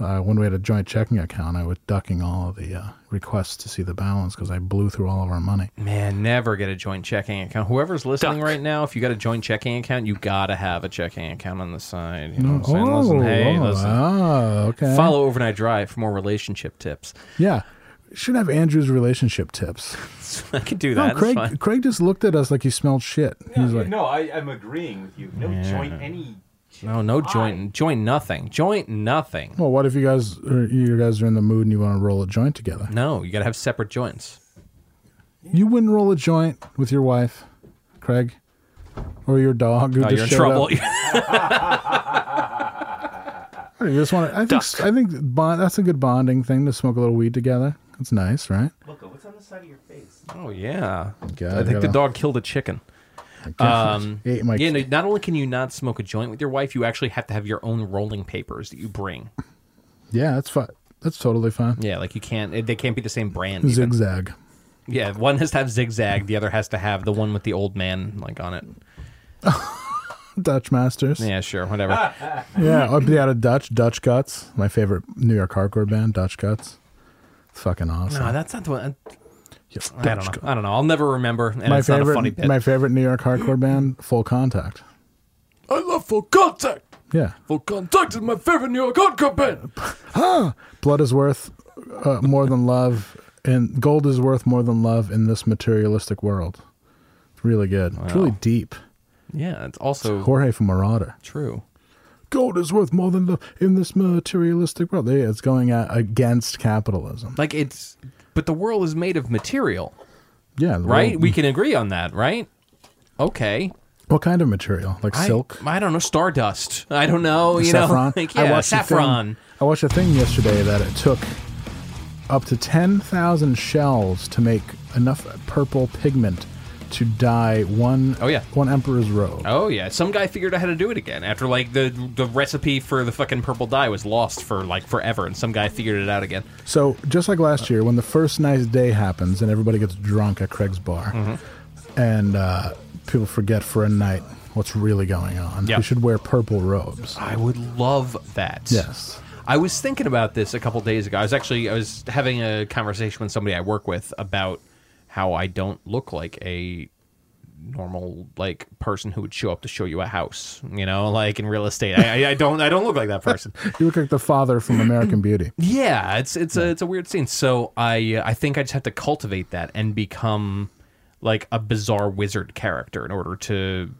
uh, when we had a joint checking account, I was ducking all of the uh, requests to see the balance because I blew through all of our money. Man, never get a joint checking account. Whoever's listening right now, if you got a joint checking account, you gotta have a checking account on the side. You know what I'm saying? Listen, hey, oh, listen. ah, okay. Follow Overnight Drive for more relationship tips. Yeah. Should have Andrew's relationship tips. I could do that. No, it's Craig. fine. Craig just looked at us like he smelled shit. He's like, No, I, I'm agreeing with you. No Yeah. joint any. No, no joint, joint nothing, joint nothing. "Well, what if you guys, or you guys are in the mood and you want to roll a joint together? No, you gotta have separate joints. You wouldn't roll a joint with your wife, Craig, or your dog. Who Oh, just you're in showed trouble. up. Or You just want to. I think. I think bond, that's a good bonding thing to smoke a little weed together. That's nice, right? Look, what's on the side of your face? oh yeah, God, I think the gotta- dog killed a chicken. gosh. Um, Ate my yeah, no, not only can you not smoke a joint with your wife, you actually have to have your own rolling papers that you bring. Yeah, that's fine. That's totally fine. Yeah, like you can't. eh, They can't be the same brand. even. Zigzag. Yeah, one has to have zigzag. The other has to have the one with the old man like on it. Dutch masters. Yeah, sure, whatever. Yeah, I'd be out of Dutch. Dutch Guts, my favorite New York hardcore band, Dutch Guts. It's fucking awesome. No, that's not the one. I Dutch don't know. Guts. I don't know. I'll never remember. And my it's favorite, not a funny bit. my favorite New York hardcore band, Full Contact. I love full contact. Yeah, Full contact is my favorite New York hardcore band. huh. Blood is worth uh, more than love, and gold is worth more than love in this materialistic world. It's really good. It's really deep. Yeah, it's also Jorge from Marauder. true. Gold is worth more than love in this materialistic world. Yeah, it's going a- against capitalism. Like it's, but the world is made of material, Yeah, the right? world- We can agree on that, right? Okay. what kind of material? Like I- silk. I, don't know. Stardust. I don't know. You know, like, yeah, watched a thing- saffron. I watched a thing yesterday that it took up to 10,000 shells to make enough purple pigment to dye one Oh, yeah. one emperor's robe. Oh yeah, some guy figured out how to do it again after like the the recipe for the fucking purple dye was lost for like forever, and some guy figured it out again. So, just like last year when the first nice day happens and everybody gets drunk at Craig's bar Mm-hmm. and uh, people forget for a night what's really going on. Yeah. We should wear purple robes. I would love that. Yes. I was thinking about this a couple days ago. I was actually I was having a conversation with somebody I work with about how I don't look like a normal like person who would show up to show you a house, you know, like in real estate. I, I- I don't I don't look like that person. You look like the father from American Beauty. Yeah, it's it's a it's a weird scene. So I uh, I think I just have to cultivate that and become like a bizarre wizard character in order to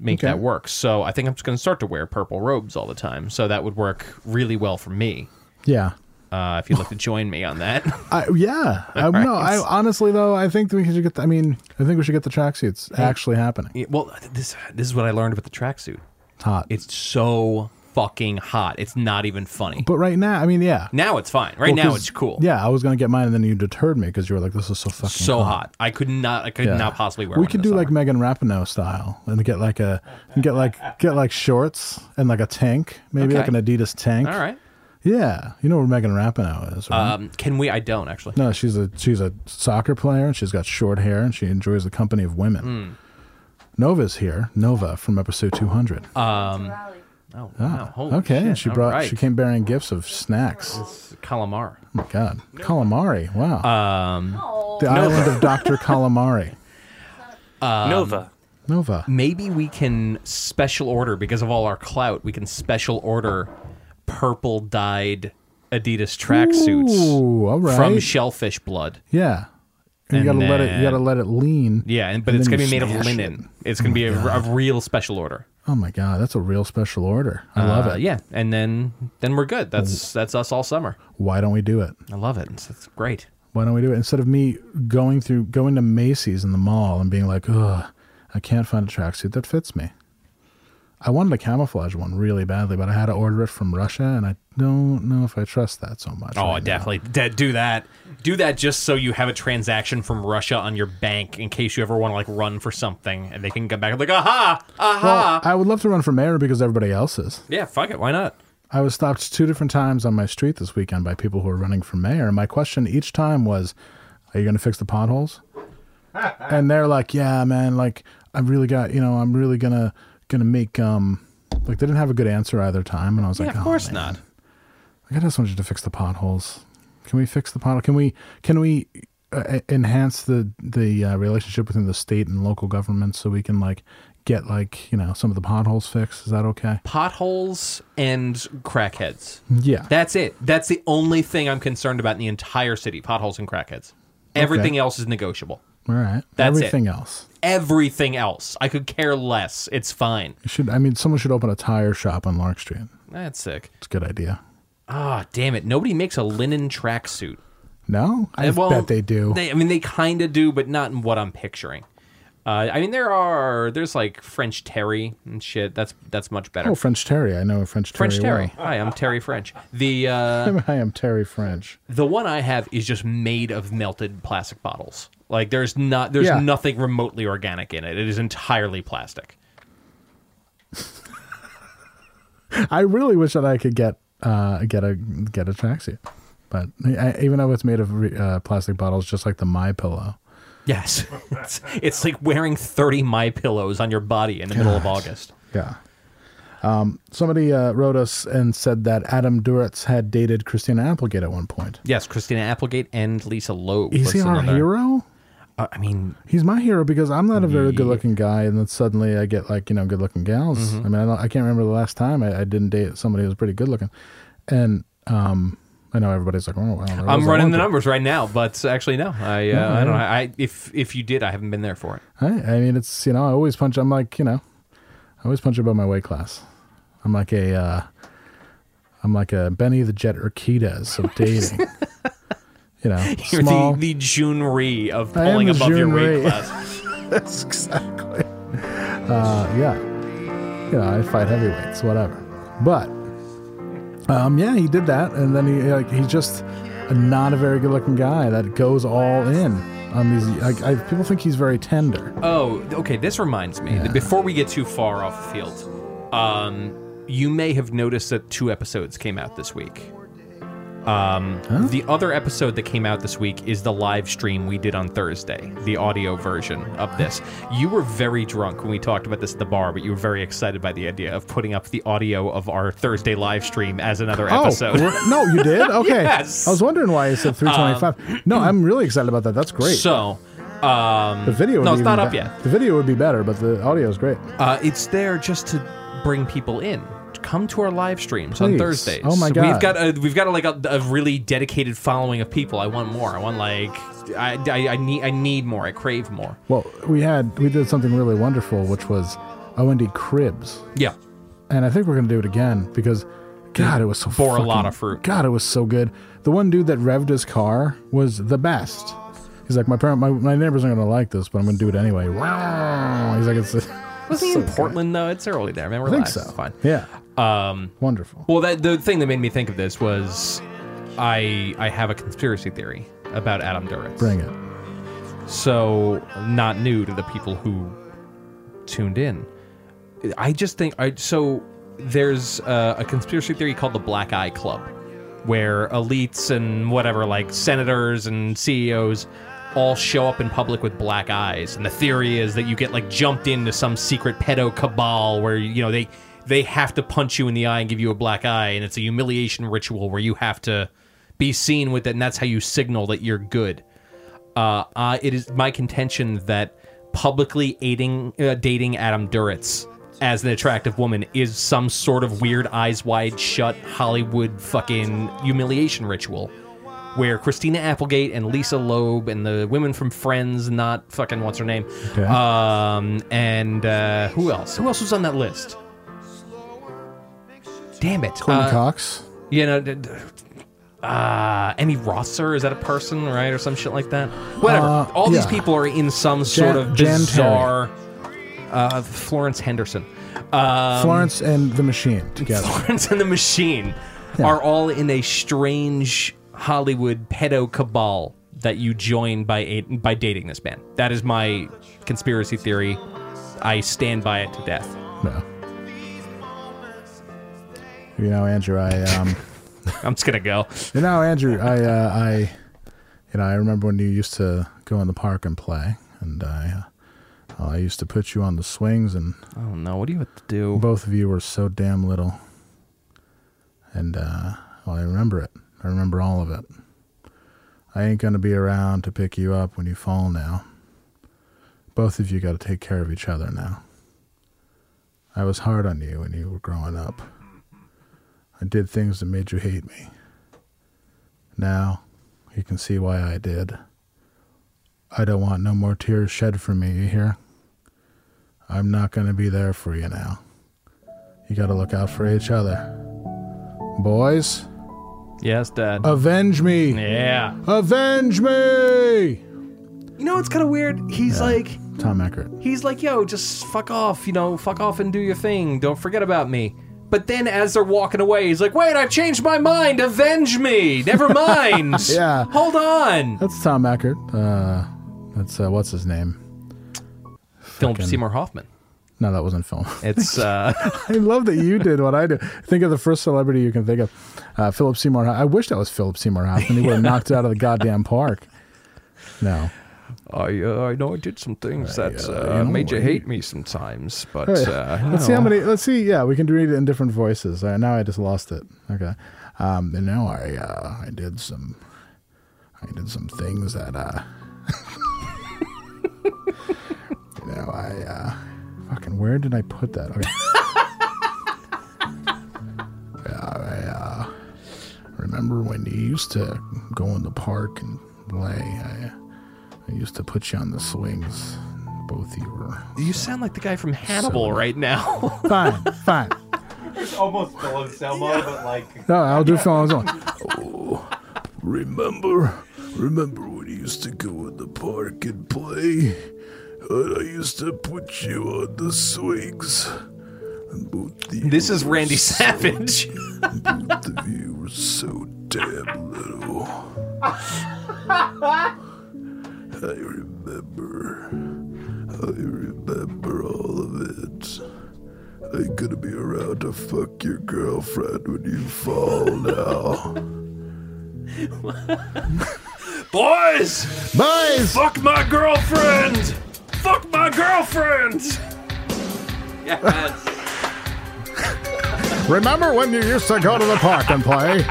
make Okay. that work. So I think I'm just going to start to wear purple robes all the time. So that would work really well for me. Yeah. Uh, if you'd like to join me on that, I, yeah. I, No, I honestly though, I think that we should get. The, I mean, I think we should get the tracksuits actually happening. Yeah, well, this this is what I learned about the tracksuit. It's hot. It's so fucking hot. It's not even funny. but right now, I mean, yeah. Now it's fine. Right Well, now 'cause- it's cool. Yeah, I was gonna get mine, and then you deterred me because you were like, "This is so fucking so hot. I could not. I could Yeah. not possibly wear. We one could in the do like summer. Megan Rapinoe style and get like a and get like get like shorts and like a tank, maybe like Okay. an Adidas tank. All right. Yeah, you know where Megan Rapinoe is, right? Um, can we? I don't actually. no, she's a she's a soccer player and she's got short hair and she enjoys the Hmm. company of women. Nova's here. Nova from episode two hundred. Um, Oh, Ah, wow. Holy okay. Oh, shit. She All brought. right. She came bearing gifts of snacks. It's calamari. Oh my God, calamari! Wow. Um, the island of Doctor Calamari. Um, Nova. Nova. Maybe we can special order because of all our clout. We can special order purple dyed Adidas tracksuits Ooh, all right. from shellfish blood. Yeah. And you And gotta let it. You then- gotta let it lean. Yeah, and, but and it's then going to you be made of smash it. linen. It's going to be a, a real special order. Oh my God, that's a real special order. I love Uh, it. Yeah, and then then we're good. That's that's us all summer. Why don't we do it? I love it. It's, it's great. Why don't we do it instead of me going through going to Macy's in the mall and being like, "Ugh, I can't find a tracksuit that fits me." I wanted a camouflage one really badly, but I had to order it from Russia, and I don't know if I trust that so much. Oh, definitely. De- do that. Do that just so you have a transaction from Russia on your bank in case you ever want to like run for something and they can come back and be like, aha, aha. Well, I would love to run for mayor because everybody else is. yeah, fuck it. Why not? I was stopped two different times on my street this weekend by people who were running for mayor. And my question each time was, Are you going to fix the potholes? and they're like, Yeah, man, like, I really got, you know, I'm really going to, going to make, um, like, they didn't have a good answer either time. And I was Yeah, like, of "Oh, course man, not. I just want you to fix the potholes. Can we fix the pothole? Can we, can we, uh, e- enhance the the uh, relationship between the state and local governments so we can like get like you know some of the potholes fixed is that okay Potholes and crackheads. Yeah. That's it. That's the only thing I'm concerned about in the entire city potholes and crackheads. Everything Okay. else is negotiable. all right That's it. everything else Everything else. I could care less. It's fine. You should I mean someone should open a tire shop on Lark Street. That's sick. It's a good idea. Ah, damn it. Nobody makes a linen tracksuit. No? I Uh, well, bet they do. They, I mean, they kind of do, but not in what I'm picturing. Uh, I mean, there are there's like French Terry and shit. That's that's much better. oh, French Terry. I know a French Terry. French Terry. well. Hi, I'm Terry French. The uh, I am Terry French. the one I have is just made of melted plastic bottles. Like there's not there's Yeah. nothing remotely organic in it. It is entirely plastic. I really wish that I could get uh, get a get a tracksuit. But I, even though it's made of re- uh, plastic bottles just like the My Pillow. Yes, it's, it's like wearing thirty my pillows on your body in the middle of God. August. Yeah. Um, somebody uh, wrote us and said that Adam Duritz had dated Christina Applegate at one point. Yes, Christina Applegate and Lisa Loeb. Is was he our another- hero? Uh, I mean, He's my hero because I'm not a very good looking guy, and then suddenly I get like you know good looking gals. Mhm. I mean, I, don't, I can't remember the last time I, I didn't date somebody who was pretty good looking, and um, I know everybody's like, oh, wow, there was Mm-hmm. I'm that running one the girl." numbers right now, but actually no, I uh, No, I don't. yeah. Know. I if if you did, I haven't been there for it. I, I mean, it's you know, I always punch. I'm like you know, I always punch above my weight class. I'm like a, uh, I'm like a Benny the Jet Urquidez of dating. you know, You're small. the the June Ree of I am pulling the above your June weight Rhee. class. That's exactly. Uh, yeah, you know, I fight heavyweights, whatever. But um, yeah, he did that, and then he like he's just a, not a very good looking guy that goes all in on these. Like, I, people think he's very tender. Oh, okay. This reminds me. that Before we get too far off the field, um, you may have noticed that two episodes came out this week. Um, The other episode that came out this week is the live stream we did on Thursday, the audio version of this. You were very drunk when we talked about this at the bar, but you were very excited by the idea of putting up the audio of our Thursday live stream as another episode. Oh, we're- no, you did? Okay. Yes. Um, I was wondering why you said 325. no, I'm really excited about that. That's great. So, um, the video would no, be it's even not up be- yet. The video would be better, but the audio is great. Uh, it's there just to bring people in. Come to our live streams on Please. Thursdays. Oh my We've God. got a, we've got a, like a, a really dedicated following of people. I want more. I want like I, I, I need I need more. I crave more. Well, we had we did something really wonderful, which was O&D Cribs. Yeah. And I think we're going to do it again because God, it was so For a fucking- lot of fruit. God, it was so good. The one dude that revved his car was the best. He's like, my parent, my, my neighbors aren't going to like this, but I'm going to do it anyway. Wow. He's like, it's. Wasn't he in Portland though? It's early there, man. We're I think live. so. It's fine. Yeah. Um, Wonderful. Well, that the thing that made me think of this was I I have a conspiracy theory about Adam Duritz. Bring it. So not new to the people who tuned in. I just think I so there's uh, a conspiracy theory called the Black Eye Club, where elites and whatever like senators and CEOs all show up in public with black eyes, and the theory is that you get like jumped into some secret pedo cabal where you know they they have to punch you in the eye and give you a black eye, and it's a humiliation ritual where you have to be seen with it, and that's how you signal that you're good. Uh, uh, it is my contention that publicly aiding, uh, dating Adam Duritz as an attractive woman is some sort of weird eyes wide shut Hollywood fucking humiliation ritual where Christina Applegate and Lisa Loeb and the women from Friends, not fucking what's her name, um, and uh, who else? Who else was on that list? Damn it, Courtney Uh, Cox. You know, d- d- uh, Emmy Rosser is that a person, right, or some shit like that? Whatever. Uh, All these yeah. people are in some Jan- sort of Jan Terry. bizarre. Uh, Florence Henderson. Um, Florence and the Machine together. Florence and the Machine are all in a strange Hollywood pedo cabal that you join by a- by dating this man. That is my conspiracy theory. I stand by it to death. No. You know, Andrew, I um, I'm just gonna go. you know, Andrew, I uh, I, you know, I remember when you used to go in the park and play, and I, uh, I used to put you on the swings, and I don't know what do you have to do. Both of you were so damn little, and uh, well, I remember it. I remember all of it. I ain't gonna be around to pick you up when you fall now. Both of you got to take care of each other now. I was hard on you when you were growing up. I did things that made you hate me. Now, you can see why I did. I don't want no more tears shed for me, you hear? I'm not going to be there for you now. You got to look out for each other. Boys, Yes, Uh, Dad. avenge me! Yeah. Avenge me! You know it's kind of weird. He's Yeah. like Tom Eckert. he's like, yo, just fuck off. You know, fuck off and do your thing. Don't forget about me. But then as they're walking away, he's like, wait, I've changed my mind. Avenge me. Never mind. Yeah. Hold on. That's Tom Eckert. Uh, that's, uh, what's his name? Philip Seymour Hoffman. No, that wasn't film. It's uh I love that you did what I did. Think of the first celebrity you can think of. Uh, Philip Seymour. Ho- I wish that was Philip Seymour Hoffman. He would have knocked it out of the goddamn park. No. I uh, I know I did some things that uh, you know, made you I- hate me sometimes, but All right. uh, let's you see how know, many. Let's see. Yeah, we can read it in different voices. Uh, now I just lost it. Okay. Um, and now I uh, I did some I did some things that uh, you know I uh, fucking where did I put that? Okay. yeah, I uh, remember when you used to go in the park and play. I, I used to put you on the swings. Both you were. You sound like the guy from Hannibal right now. Fine, fine. It's almost below Selma, but like No, I'll do film. Oh, remember, remember when you used to go in the park and play? And I used to put you on the swings. this is Randy Savage. You were so damn little. I remember. I remember all of it. I ain't gonna be around to fuck your girlfriend when you fall now. Boys, Boys! fuck my girlfriend. Fuck my girlfriend. Yes. Remember when you used to go to the park and play?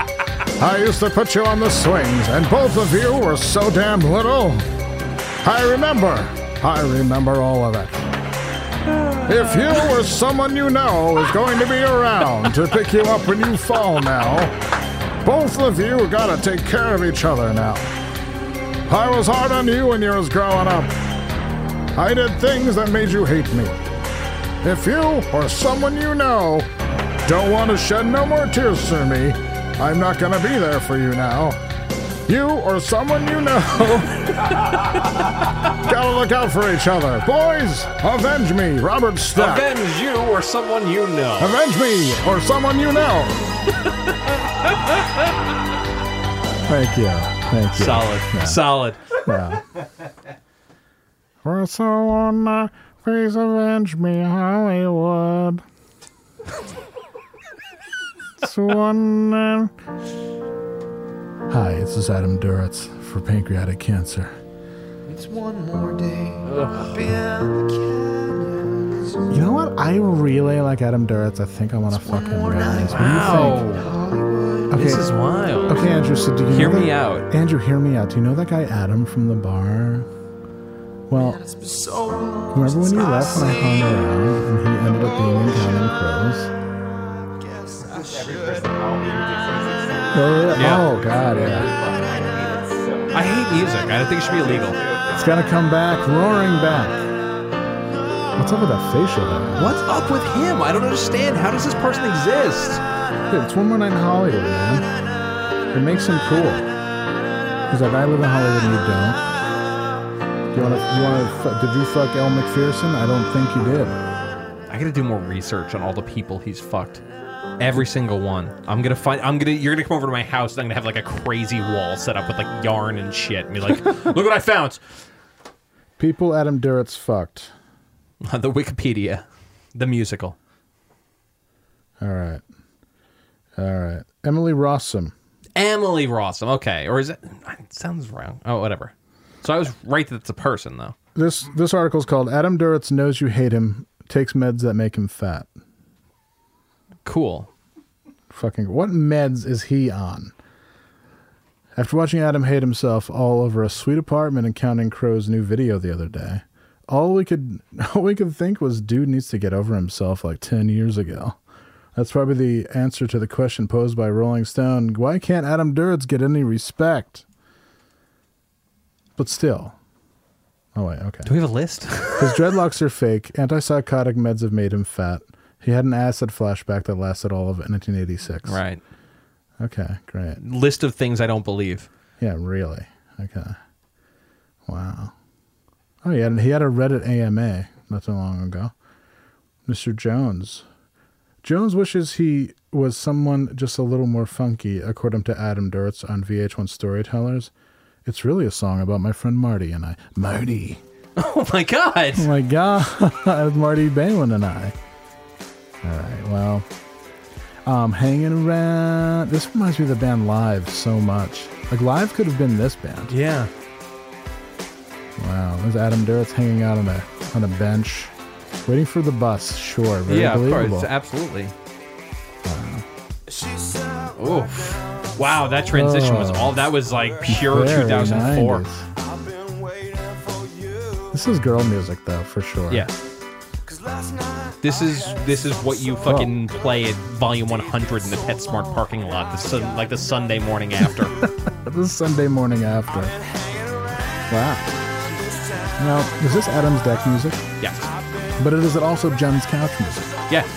I used to put you on the swings, and both of you were so damn little. I remember. I remember all of it. If you or someone you know is going to be around to pick you up when you fall now, both of you gotta take care of each other now. I was hard on you when you was growing up. I did things that made you hate me. If you or someone you know don't want to shed no more tears for me, I'm not going to be there for you now. You or someone you know gotta look out for each other. Boys, avenge me, Robert Stack. Avenge you or someone you know. Avenge me or someone you know. Thank you. Thank you. Solid. Solid. Yeah. For someone, uh, please avenge me, Hollywood. Someone. uh, Hi, this is Adam Duritz for pancreatic cancer. It's one more day. Up in the canyons. You know what? I really like Adam Duritz. I think I want to fucking realize. Okay. This is wild. Okay, Andrew. So do you Hear know me that- out. Andrew? Hear me out. Do you know that guy Adam from the bar? Well, remember when you left and I hung around and he ended up being in Counting Crows? Oh, Yeah. oh, God, yeah. I hate music. I think it should be illegal. It's gonna come back, roaring back. What's up with that facial? There? What's up with him? I don't understand. How does this person exist? Dude, it's one more night in Hollywood, man. It makes him cool. He's like, I live in Hollywood and you don't. You wanna, you wanna, fu- did you fuck Elle McPherson? I don't think you did. I gotta do more research on all the people he's fucked. Every single one. I'm gonna find. I'm gonna. You're gonna come over to my house. and I'm gonna have like a crazy wall set up with like yarn and shit. And be like, look what I found. People Adam Duritz fucked. the Wikipedia, the musical. All right. All right. Emily Rossum. Emily Rossum. Okay, or is it? It sounds wrong. Oh, whatever. So I was right that it's a person though. This this article's called Adam Duritz knows you hate him, takes meds that make him fat. Cool. Fucking what meds is he on? After watching Adam hate himself all over a sweet apartment and counting Crow's new video the other day, all we could all we could think was dude needs to get over himself like ten years ago. That's probably the answer to the question posed by Rolling Stone. Why can't Adam Duritz get any respect? But still. Oh wait, okay. Do we have a list? His dreadlocks are fake. Antipsychotic meds have made him fat. He had an acid flashback that lasted all of 1986. right. Okay, great. List of things I don't believe. Yeah, really. Okay. Wow. Oh, yeah, and he had a Reddit AMA not too long ago. Mr. Jones. Jones wishes he was someone just a little more funky, according to Adam Duritz on VH1 Storytellers. It's really a song about my friend Marty and I. Marty. Oh my god. Oh my god, Marty Balin and I. All right, well, um, hanging around. This reminds me of the band Live so much. Like Live could have been this band. Yeah. Wow, there's Adam Duritz hanging out on a on a bench, waiting for the bus. Sure, very yeah, of believable. course, absolutely. Oh, wow! That transition was Oh. all. That was like pure Very 2004. 90s. This is girl music though, for sure. Yeah. This is this is what you fucking play at volume 100 in the PetSmart parking lot. The sun, like the Sunday morning after. This is Sunday morning after. Wow. Now, is this Adam's deck music? yeah. But it is also Jen's couch music. Yeah.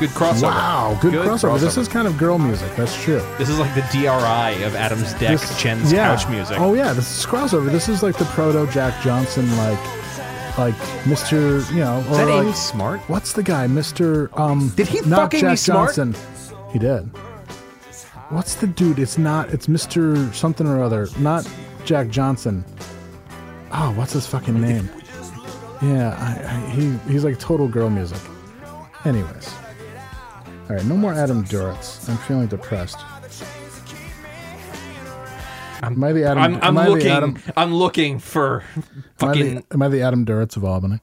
Good crossover. Wow, good, crossover. This is kind of girl music. That's true. This is like the DRI of Adam's deck, This- Chen's yeah. couch music. Oh yeah, this is crossover. This is like the proto Jack Johnson, like, like Mr. You know, Is that or Amy like- Smart? What's the guy, Mr. Um? Did he not fuck Amy Jack Smart? Johnson? He did. What's the dude? It's not. It's Mr. Something or other. Not Jack Johnson. Oh, what's his fucking name? Yeah, I, I, he he's like total girl music. Anyways, all right, no more Adam Duritz. I'm feeling depressed. am I the Adam? I'm, I'm am I looking. The Adam, I'm looking for am, I fucking the, am I the Adam Duritz of Albany?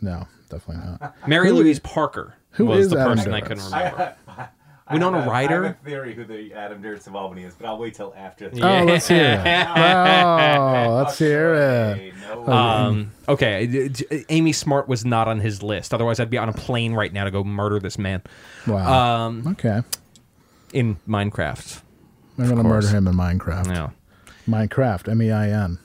No, definitely not. Mary Louise Parker. who was is the Adam person I Duritz? couldn't remember. I, I, Winona have a- Ryder? I have a theory who the Adam Duritz of Albany is, but I'll wait till after. Yeah. Oh, let's hear it. Oh, let's hear it. Um, okay, d- d- Amy Smart was not on his list. Otherwise, I'd be on a plane right now to go murder this man Wow. um, okay. in Minecraft. We're gonna murder course. him in Minecraft. Yeah. Minecraft, M E I N.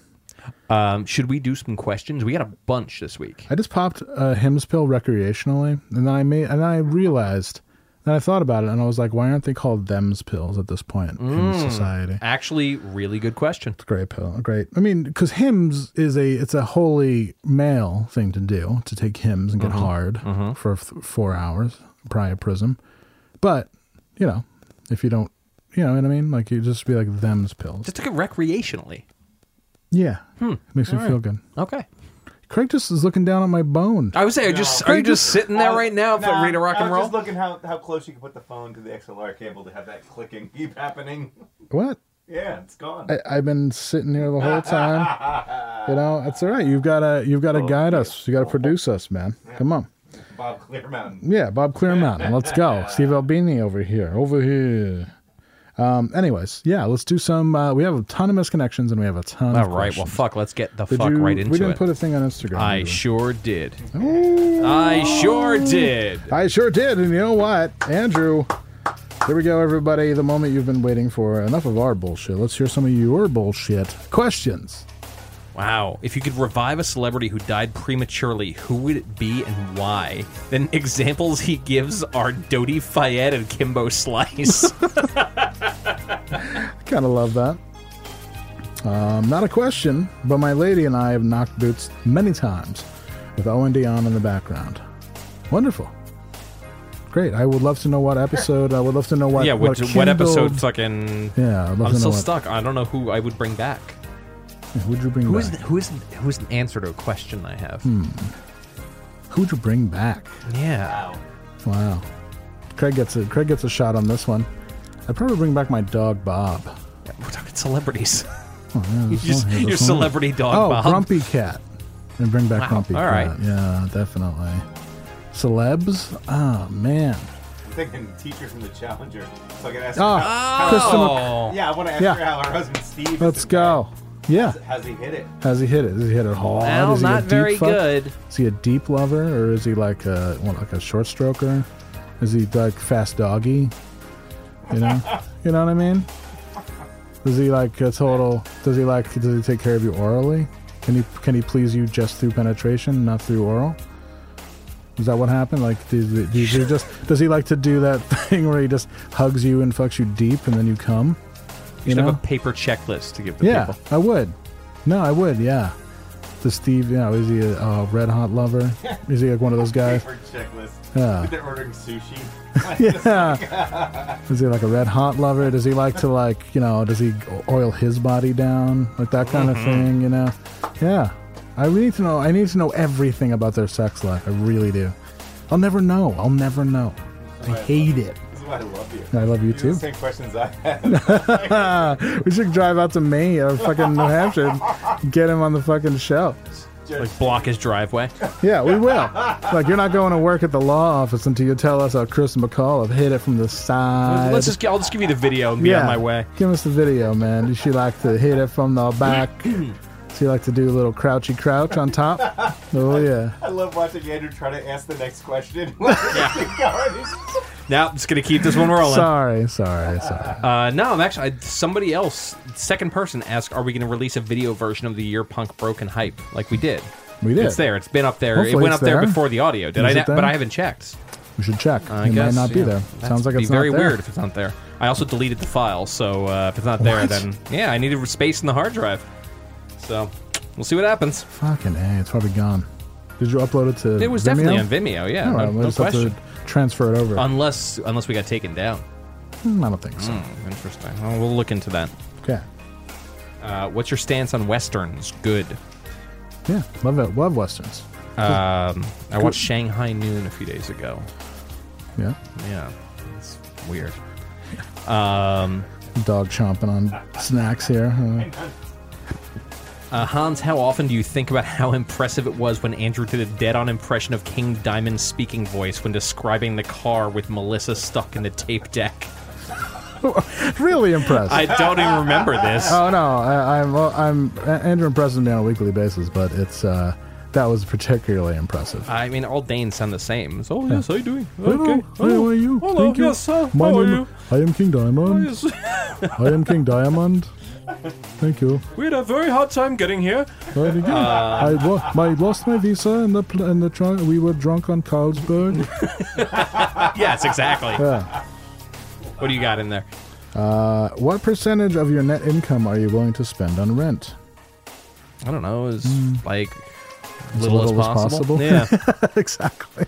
Um, should we do some questions? We got a bunch this week. I just popped a hymns pill recreationally, and then I made, and I realized, and I thought about it, and I was like, why aren't they called them's pills at this point in society? Actually, really good question. It's a great pill, a great. I mean, because hymns is a it's a holy male thing to do to take hymns and get hard for th- four hours prior prism, but you know, if you don't, you know what I mean, like you just be like them's pills. Just took it recreationally. Yeah, makes me feel good. Okay. Craig just is looking down at my bone. I would say, are, just, are you just sitting there right now for ready to rock I and was roll? just looking how, how close you can put the phone to the XLR cable to have that clicking keep happening. What? Yeah, it's gone. I, I've been sitting here the whole time. Oh, you know, it's all right. You've got to you've got to guide us. You got to produce us, man. Come on. Bob Clearmountain. Yeah, Bob Clear Mountain. Let's go. Steve Albini over here. Over here. Um, anyways, yeah, let's do some. Uh, we have a ton of misconnections and we have a ton All of. right. Well, fuck. Let's get the Did fuck you- right into We didn't it. put a thing on Instagram. I did we? sure did. I sure did. I sure did. And you know what, Andrew? Here we go, everybody. The moment you've been waiting for. Enough of our bullshit. Let's hear some of your bullshit questions. Wow. If you could revive a celebrity who died prematurely, who would it be and why? Then examples he gives are Dodie Fayed and Kimbo Slice. I kind of love that. Um, not a question, but my lady and I have knocked boots many times with Owen Dion in the background. Wonderful. Great. I would love to know what episode. I would love to know what. yeah, what, what, what kindled- episode fucking. Yeah, I'd love to I'm know still what- stuck. I don't know who I would bring back. Yeah, who'd you bring Who back? is who is who is an answer to a question I have? Hmm. Who'd you bring back? Yeah. Wow. Craig gets a Craig gets a shot on this one. I'd probably bring back my dog Bob. we're talking celebrities. Oh, yeah, You this just- one here, your this one. celebrity dog Oh, Bob. Grumpy Cat. And bring back Wow, Grumpy all Cat. right. Yeah, definitely. Celebs? Oh man. I'm thinking teacher from the Challenger. So I can ask Oh, her. How, Kristen how, Mc- yeah, I want to ask Yeah. her how her husband Steve. Let's go. Yeah. How's he hit it? How's he hit it? Does he hit it hard? Well, is he a not deep very fuck? good. Is he a deep lover or is he like a what, like a short stroker? Is he like fast doggy? You know? you know what I mean? Does he like a total does he like does he take care of you orally? Can he can he please you just through penetration, not through oral? Is that what happened? Like, do, do, do you just does he like to do that thing where he just hugs you and fucks you deep and then you come? You should have a paper checklist to give to Yeah, people. I would. No, I would. Yeah. The Steve, you know, is he a uh, red hot lover? Is he like one of those guys? Paper checklist. Yeah. They're ordering sushi. yeah. Is he like a red hot lover? Does he like to like you know? Does he oil his body down like that kind Mhm. of thing? You know? Yeah. I need to know. I need to know everything about their sex life. I really do. I'll never know. I'll never know. I hate it. This is why I love you. I love you These are too. The same questions I have. we should drive out to Maine or fucking New Hampshire, and get him on the fucking show. Like block his driveway. Yeah, we will. Like you're not going to work at the law office until you tell us how Chris McCall have hit it from the side. Let's just. I'll just give you the video and be on my way. Give us the video, man. Does she like to hit it from the back? Does she like to do a little crouchy crouch on top? Oh yeah. I love watching Andrew try to ask the next question. Now just gonna keep this one rolling. Sorry, sorry, sorry. Uh, no, I'm actually I, somebody else. Second person asked, "Are we going to release a video version of the year punk broken hype like we did?" We did. It's there. It's been up there. it Hopefully went it's up there. there. before the audio. Did Is I? it not- there? But I haven't checked. We should check. I it guess, might not be yeah, there. that'd Sounds like be it's very not there. weird if it's not there. I also deleted the file, so uh, if it's not there, What? then yeah, I needed space in the hard drive. So we'll see what happens. Fucking a, it's probably gone. Did you upload it to? It was Vimeo? definitely on Vimeo, yeah, All no- right, we'll no just have to question. transfer it over. Unless unless we got taken down. Hmm, I don't think so. Hmm, interesting. Well, we'll look into that. Okay. Uh, what's your stance on westerns? Good. Yeah, love it. Love westerns. Um, I watched Shanghai Noon a few days ago. Yeah. Yeah, it's weird. Um, Dog chomping on snacks here. Uh, uh, Hans, how often do you think about how impressive it was when Andrew did a dead-on impression of King Diamond's speaking voice when describing the car with Melissa stuck in the tape deck? really impressed. I don't even remember this. Oh no, I, I'm well, I'm Andrew impresses me on a weekly basis, but it's uh, that was particularly impressive. I mean, all Danes sound the same. So, oh, yes, how you doing? Hello, Okay. hi, how are you? Hello, Thank you. yes, sir. My how are name- you? Oh, I am King Diamond. yes. I am King Diamond. Thank you. We had a very hard time getting here. There we go. I, Uh. wa- my, lost my visa and the pl- and the trunk. We were drunk on Carlsberg. yes, exactly. Yeah. What do you got in there? Uh, what percentage of your net income are you willing to spend on rent? I don't know. Is Mm. like As little, as, possible. Yeah. exactly.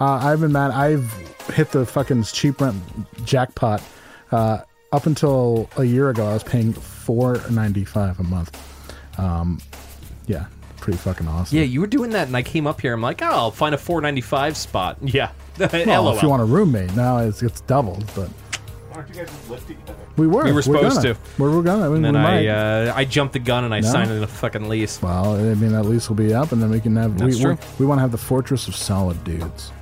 Uh, I've been mad. I've hit the fucking cheap rent jackpot. Uh, up until a year ago, I was paying four ninety five a month. Um, yeah, pretty fucking awesome. Yeah, you were doing that, and I came up here. I'm like, oh, I'll find a 495 spot. Yeah. Well, LOL. if you want a roommate, now it's it's doubled. But Aren't you guys just live together? we were We were supposed gonna. to. We're, we're gonna. I and mean, then we I, might. uh, I jumped the gun and I No? signed the fucking lease. well, I mean, at least we'll be up, and then we can have. That's we, true. We, we want to have the fortress of solid dudes.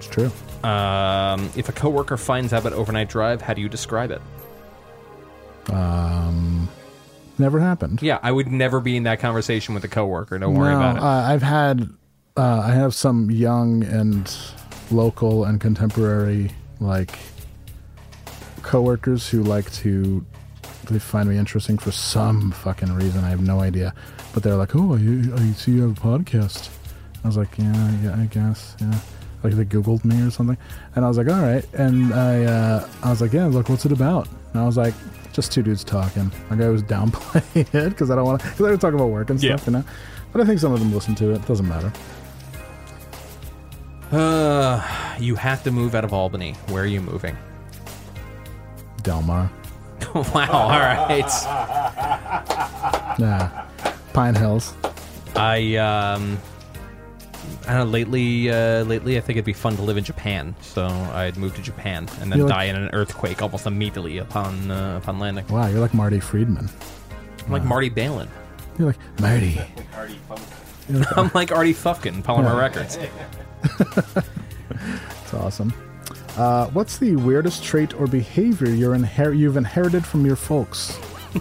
true. Um, if a coworker finds out about overnight drive, how do you describe it? Um, never happened. Yeah, I would never be in that conversation with a coworker. Don't worry no, about it. Uh, I've had, uh, I have some young and local and contemporary like coworkers who like to. They find me interesting for some fucking reason. I have no idea, but they're like, "Oh, I, I see you have a podcast." I was like, "Yeah, yeah, I guess, yeah." Like they Googled me or something, and I was like, "All right." And I, uh, I was like, "Yeah." Look, what's it about? And I was like, "Just two dudes talking." Like I was downplaying it because I don't want to. Because I was talking about work and stuff, you know. But I think some of them listen to it. Doesn't matter. Uh, you have to move out of Albany. Where are you moving? Delmar, wow. All right. nah, Pine Hills. I um I don't know, lately uh, lately I think it'd be fun to live in Japan. So I'd move to Japan and then You're like- die in an earthquake almost immediately upon uh, upon landing. Wow, you're like Marty Friedman. I'm like Marty Balin. You're like Marty. You're like, I'm like Artie Fuckin, Polymer Yeah. Records. That's awesome. Uh, what's the weirdest trait or behavior you're inher- you've inherited from your folks?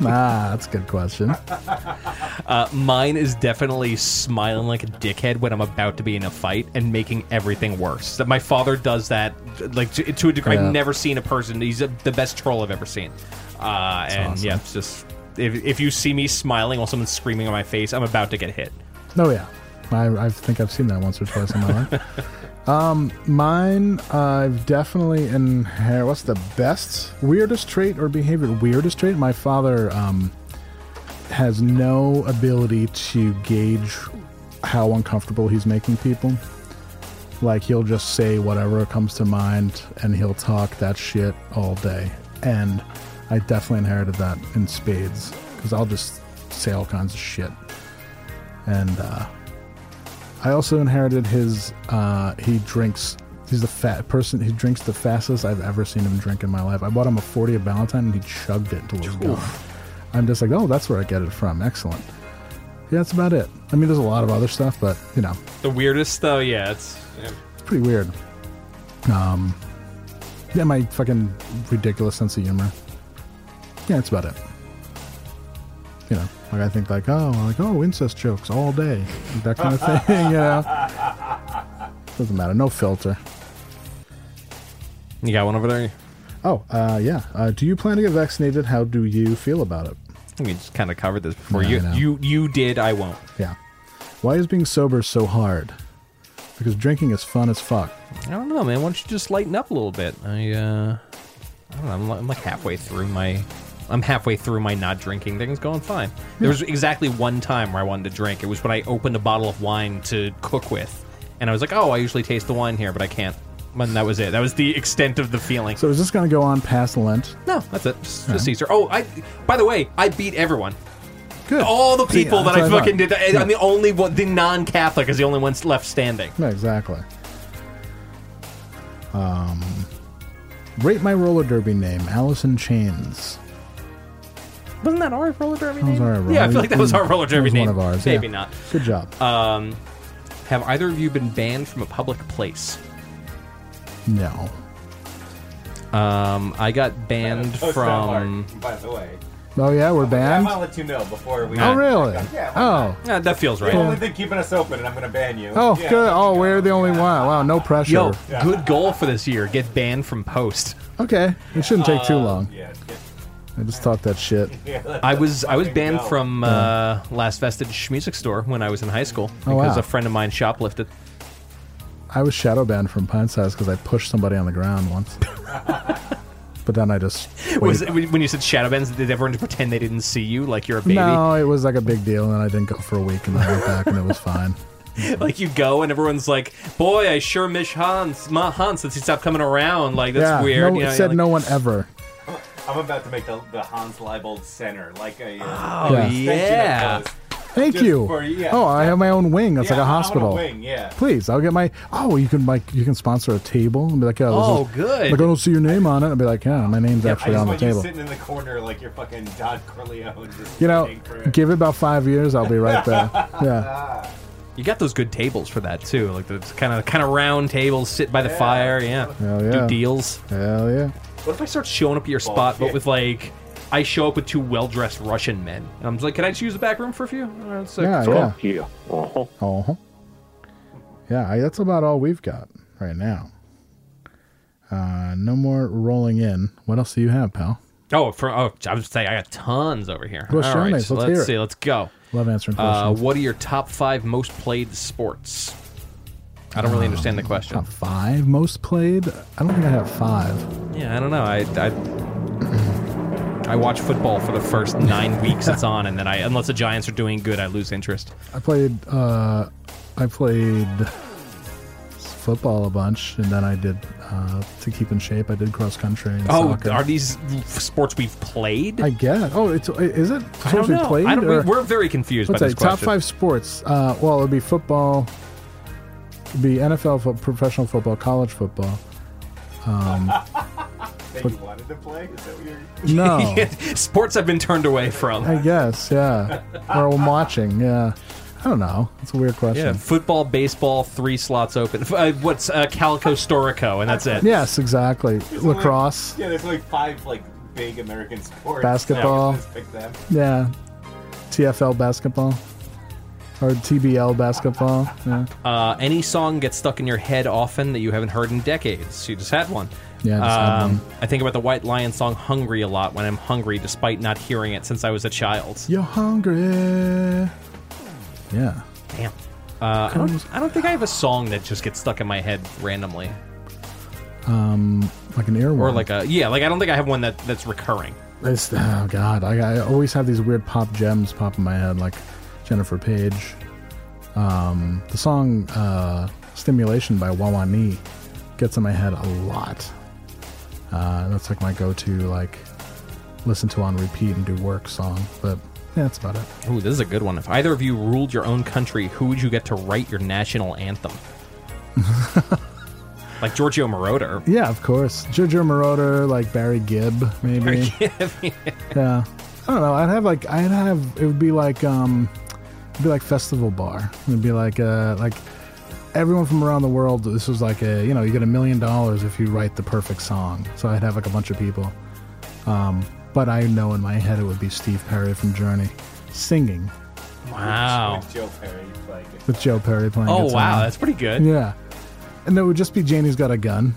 ah, that's a good question. Uh, mine is definitely smiling like a dickhead when I'm about to be in a fight and making everything worse. That my father does that, like to, to a degree. Yeah. I've never seen a person. He's a, the best troll I've ever seen. Uh, and awesome. yeah, it's just if, if you see me smiling while someone's screaming in my face, I'm about to get hit. No, Oh, yeah, I, I think I've seen that once or twice in my life. Um, mine, I've definitely inherited. What's the best, weirdest trait or behavior? Weirdest trait. My father um, has no ability to gauge how uncomfortable he's making people. Like he'll just say whatever comes to mind, and he'll talk that shit all day. And I definitely inherited that in spades because I'll just say all kinds of shit and uh, I also inherited his. Uh, he drinks. He's the fat person. He drinks the fastest I've ever seen him drink in my life. I bought him a forty of Valentine, and he chugged it until it was gone. I'm just like, oh, that's where I get it from. Excellent. Yeah, that's about it. I mean, there's a lot of other stuff, but you know, The weirdest though, yeah, it's it's pretty weird. Um, yeah, my fucking ridiculous sense of humor. Yeah, that's about it. You know, like I think like, oh, like oh, incest jokes all day, that kind of thing. You know, doesn't matter. No filter. You got one over there. Oh, uh, yeah. Uh, do you plan to get vaccinated? How do you feel about it? We just kind of covered this before. Yeah, I you know. you you did. I won't. Yeah. Why is being sober so hard? Because drinking is fun as fuck. I don't know, man. Why don't you just lighten up a little bit? I uh, I don't know. I'm, li- I'm like halfway through my. I'm halfway through my not drinking. Things going fine. There was exactly one time where I wanted to drink. It was when I opened a bottle of wine to cook with, and I was like, "Oh, I usually taste the wine here, but I can't." And that was it. That was the extent of the feeling. So is this going to go on past Lent? No, that's it. Just, just Caesar. Oh, I. By the way, I beat everyone. Good. All the See, people that that's I what I fucking thought. did. I, Yeah. I'm the only one. The non-Catholic is the only one left standing. No, exactly. Um, rate my roller derby name, Allison Chains. Wasn't that our roller derby That was name? our yeah, I roller- Mm, feel like that was our roller that derby was one name. of ours, Maybe yeah. not. Good job. Um, have either of you been banned from a public place? No. Um, I got banned Post that from. mark, by the way. Oh yeah, we're I'm banned. gonna let you know before we. Oh really? Yeah. Oh. Yeah, that feels You're right. the only thing keeping us open, and I'm gonna ban you. Oh Yeah. good. Oh, we're the only one. Wow, no pressure. Yo, good goal for this year. Get banned from post. Okay, it shouldn't take Uh, too long. Yeah. I just talked that shit. I was I was banned from uh, Last Vestige Music Store when I was in high school Oh, because wow. a friend of mine shoplifted. I was shadow banned from Pine Size because I pushed somebody on the ground once. but then I just Was waited. it, when you said shadow bans, did everyone pretend they didn't see you like you're a baby? No, it was like a big deal, and then I didn't go for a week, and then I went back, and it was fine. like you go and everyone's like, "Boy, I sure miss Hans, my Hans, since he stopped coming around." Like that's yeah, weird. No, you know, it said you're like, no one ever. I'm about to make the, the Hans Leibold Center like a. Uh, Oh, an extension of yeah. those. Thank Just you. for- yeah. oh, I have my own wing. That's Yeah, like I a want a hospital. wing, yeah. Please, I'll get my. Oh, you can like you can sponsor a table and be like, oh, Oh, this is, good. Like I don't see your name on it. I'll be like, yeah, my name's Yeah, I actually just on the want you table. sitting in the corner like you're fucking Don Corleone. Just You know, waiting for it. give it about five years, I'll be right there. yeah. You got those good tables for that too, like those kind of kind of round tables, sit by the fire, yeah. Hell yeah. Do deals. Hell yeah. What if I start showing up at your spot, but with like, I show up with two well dressed Russian men, and I'm just like, can I just use the back room for a few? Uh, it's like, Yeah, it's cool. yeah. Uh huh. Yeah, I, that's about all we've got right now. Uh, no more rolling in. What else do you have, pal? Oh, for, oh, I was saying I got tons over here. What's All your right, name? so Let's let's, hear it. see. Let's go. Love answering Uh, questions. what are your top five most played sports? I Uh, don't really understand the question. Top five most played. I don't think I have five. Yeah, I don't know. I, I I watch football for the first nine weeks it's on, and then I unless the Giants are doing good, I lose interest. I played. Uh, I played football a bunch, and then I did uh, to keep in shape. I did cross country. And Oh, soccer. are these sports we've played? I guess. Oh, it's is it? I don't supposed to be know. Played, I don't, or- we- we're very confused by Let's say this question. top five sports. Uh, well, it'd be football, it'd be NFL, fo- professional football, college football. Um, That you wanted to play? Is that what you're... no, sports I've been turned away from. I guess, yeah. Or I'm watching, yeah. I don't know. It's a weird Yeah, question. football, baseball, three slots open. F- Uh, what's uh, Calico Storico, and that's it. Yes, exactly. Lacrosse, Yeah, there's like five like big American sports. basketball. Yeah, just pick them. Yeah. TFL basketball. Or TBL basketball. Yeah. Uh, any song gets stuck in your head often that you haven't heard in decades. You just had one. Yeah, I just had um, I think about the White Lion song "Hungry" a lot when I'm hungry, despite not hearing it since I was a child. You're hungry. Yeah. Damn. Uh, I, don't, I don't think I have a song that just gets stuck in my head randomly, Um, like an earworm. or like a yeah, like I don't think I have one that that's recurring. It's, oh god, I, I always have these weird pop gems pop in my head, like Jennifer Page, um, the song uh, "Stimulation" by Wawani gets in my head a lot. Uh, that's like my go-to, like listen to on repeat and do work song. But yeah, that's about it. Ooh, this is a good one. If either of you ruled your own country, who would you get to write your national anthem? like Giorgio Moroder. Yeah, of course, Jojo Moroder, like Barry Gibb, maybe. yeah, I don't know. I'd have like I'd have it would be like um, it'd be like festival bar. It'd be like uh like everyone from around the world. This was like a you know you get a million dollars if you write the perfect song. So I'd have like a bunch of people. Um, but I know in my head it would be Steve Perry from Journey singing Wow. With Joe Perry playing. with Joe Perry playing. Oh, guitar. wow, that's pretty good. Yeah, and it would just be Janie's got a gun.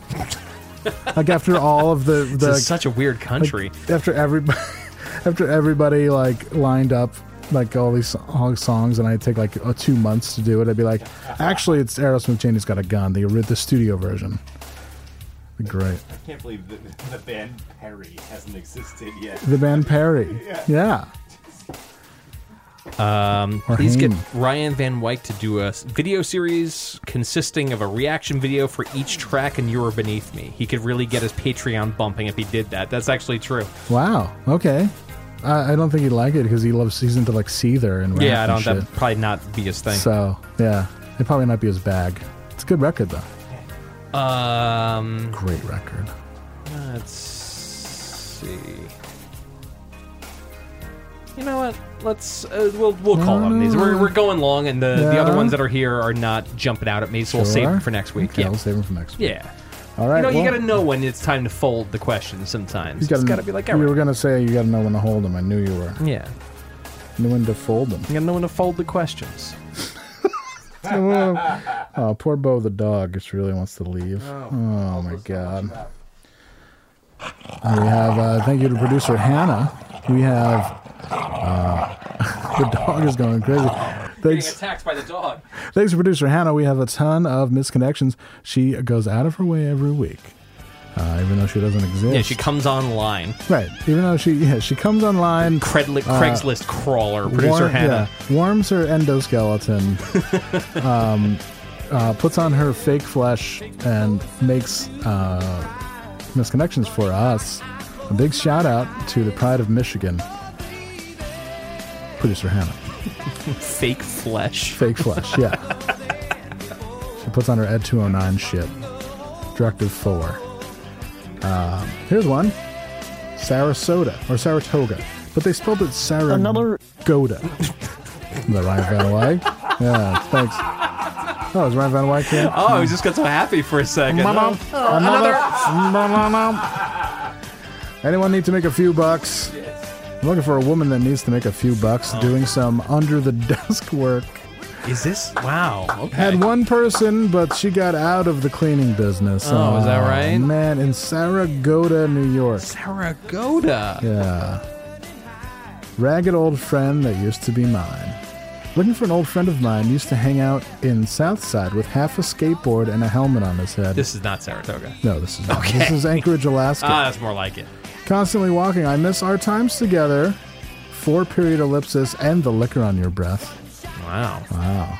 like after all of the the this is such a weird country. like, after everybody, after everybody like lined up like all these all these songs, and I take like uh, two months to do it. I'd be like, actually, it's Aerosmith. Janie's got a gun. The ori- the studio version. Be Great. I can't believe the, the band Perry hasn't existed yet. The band Perry. Yeah. Yeah. Um, Or please Haim. get Ryan Van Wyk to do a s- video series consisting of a reaction video for each track in You Are Beneath Me. He could really get his Patreon bumping if he did that. That's actually true. Wow. Okay. I, I don't think he'd like it because he loves. He's into like Seether and rap yeah, I and don't. shit. That probably not be his thing. So yeah, it probably not be his bag. It's a good record though. um, Great record. Let's see. You know what? Let's uh, we'll we'll call on these. We're, we're going long, and the, the other Yeah. ones that are here are not jumping out at me, so we'll save them Sure. for next week. Okay, yeah, we'll save them for next week. yeah. All right. you know, you well- got to know when it's time to fold the question. Sometimes You gotta, it's got to be like, all you right, were gonna say you gotta know when to hold them. I knew you were. yeah, Knew when to fold them. you got to know when to fold the questions. oh, poor Bo the dog just really wants to leave. Oh, my god. And we have uh, thank you to producer Hannah. We have uh, the dog is going crazy. Thanks, attacked by the dog. thanks to producer Hannah. We have a ton of misconnections. She goes out of her way every week, uh, even though she doesn't exist. Yeah, she comes online. right. Even though she yeah she comes online. Credli- Uh, Craigslist crawler producer Warm- Hannah. yeah, warms her endoskeleton, um, uh, puts on her fake flesh, and makes uh, misconnections for us. A big shout out to the pride of Michigan, producer Hannah. Fake flesh. Fake flesh, yeah. she puts on her Ed 209 shit. Directive 4. Um, here's one Sarasota, or Saratoga. But they spelled it Saratoga. Another. Goda. the right way. Yeah, thanks. Oh, it was Ryan Van Wyk here? Oh, he just got so happy for a second. Mama, Oh, Anyone need to make a few bucks? I'm looking for a woman that needs to make a few bucks doing some under the desk work. Is this? Wow. Okay. Had one person, but she got out of the cleaning business. Oh, is that right? Man, in Saragota, New York. Saragota. Yeah. Ragged old friend that used to be mine. Looking for an old friend of mine used to hang out in Southside with half a skateboard and a helmet on his head. This is not Saratoga. no, this is not. Okay. This is Anchorage, Alaska. Ah, that's more like it. Constantly walking, I miss our times together. Four period ellipsis and the liquor on your breath. Wow. Wow.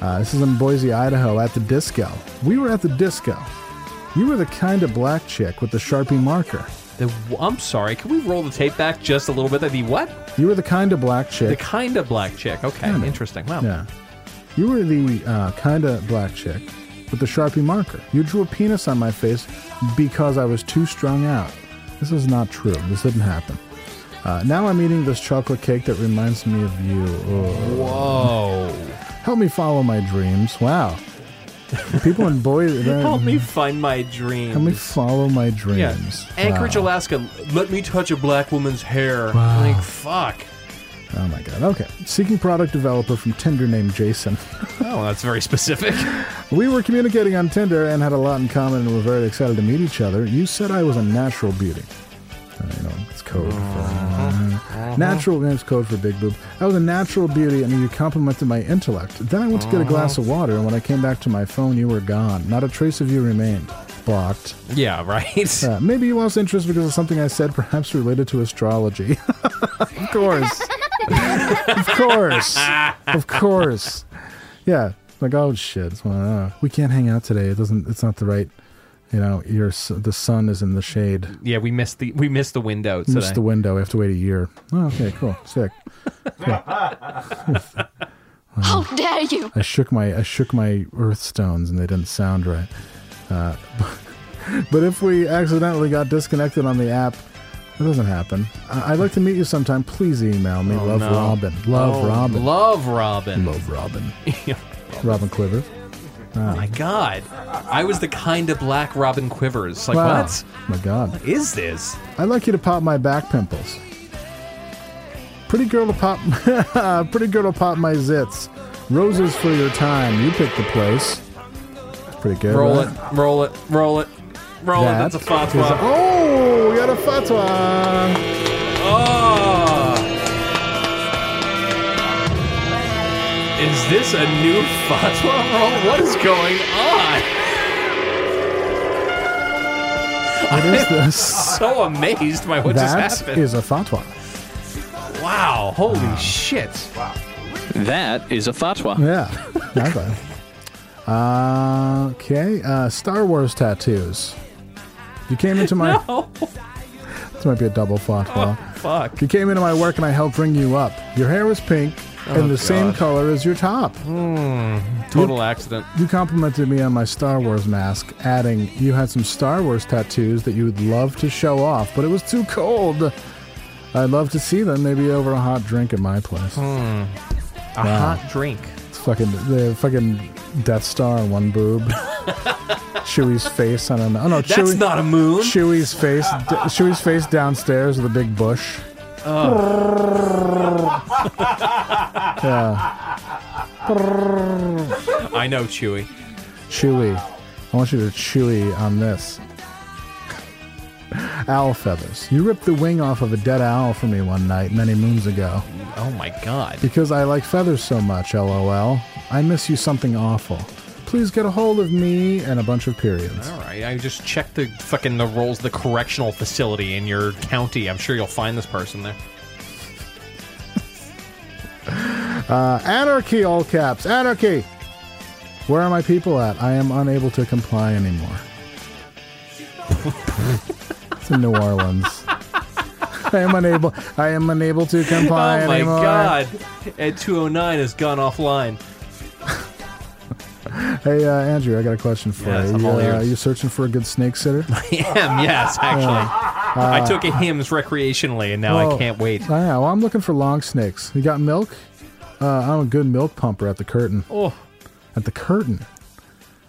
Uh, this is in Boise, Idaho, at the disco. We were at the disco. You were the kind of black chick with the Sharpie marker. The I'm sorry. Can we roll the tape back just a little bit? The what? You were the kind of black The chick. kind of black chick. Okay, interesting. Wow. yeah. You were the uh, kind of black chick with the Sharpie marker. You drew a penis on my face because I was too strung out. This is not true. This didn't happen. Uh, now I'm eating this chocolate cake that reminds me of you. Oh. Whoa. Help me follow my dreams. Wow. People in Boise. Help me find my dreams. Help me follow my dreams. Yeah. Anchorage, Wow. Alaska. Let me touch a black woman's hair. Wow. Like fuck. Oh my god. Okay. Seeking product developer from Tinder named Jason. Oh, that's very specific. we were communicating on Tinder and had a lot in common and were very excited to meet each other. You said I was a natural beauty. Uh, you know, it's code for natural. It's code for big boob. I was a natural beauty, and you complimented my intellect. Then I went to get a glass of water, and when I came back to my phone, you were gone. Not a trace of you remained. Blocked. yeah. Right. Uh, maybe you lost interest because of something I said, perhaps related to astrology. of course. of course. Of course. Yeah. Like, oh shit, it's one of those. we can't hang out today. It doesn't. It's not the right. You know, your s- the sun is in the shade. Yeah. We missed the we missed the window today. Missed the window. We have to wait a year. Oh, okay, cool, sick. How dare you! I shook my I shook my earth stones and they didn't sound right. Uh, but if we accidentally got disconnected on the app, that doesn't happen. I- I'd like to meet you sometime. Please email me. Oh, love no. Robin. Love Oh, Robin. Love Robin. Love Robin. Yeah. Robin Quivers. Oh my god. I was the kind of black Robin Quivers. Like Wow. what? My God. What is this? I'd like you to pop my back pimples. Pretty girl to pop. pretty girl to pop my zits. Roses for your time. You pick the place. That's pretty good. roll right? it, roll it, roll it, roll it. That That's a is- fatwa. oh, we got a fatwa. Oh. Is this a new fatwa roll? What is going on? What I'm is this? so amazed by what That just happened. is a fatwa. wow. Holy shit. Wow. That is a fatwa. Yeah. Not bad. Uh, okay. Uh, Star Wars tattoos. You came into my. No. This might be a double fatwa. Oh, Fuck. You came into my work and I helped bring you up. Your hair was pink and Oh, the same God. color as your top. Total accident. You complimented me on my Star Wars mask, adding, You had some Star Wars tattoos that you would love to show off, but it was too cold. I'd love to see them, maybe over a hot drink at my place. Hmm. A Wow. hot drink. It's fucking the fucking Death Star on one boob. Chewie's face on an oh no, That's Chewie, not a moon. Chewie's face, d- Chewie's face downstairs with a big bush. Yeah, I know, Chewy. Chewie. I want you to Chewie on this. Owl feathers. You ripped the wing off of a dead owl for me one night many moons ago. Oh my god. Because I like feathers so much, lol. I miss you something awful. Please get a hold of me and a bunch of periods. All right, I just checked the fucking the rolls, the correctional facility in your county. I'm sure you'll find this person there. Uh, anarchy, all caps. Anarchy! Where are my people at? I am unable to comply anymore. it's in New Orleans. I am unable. I am unable to comply oh my anymore. god, Ed 209 has gone offline. Hey, uh, Andrew, I got a question for Yes, you. I'm all you, uh, ears. Oh, you searching for a good snake sitter? Him, yes, actually. Uh, I took a hymns recreationally, and now Well, I can't wait. I know. I'm looking for long snakes. You got milk? Uh, I'm a good milk pumper at the curtain. Oh, at the curtain.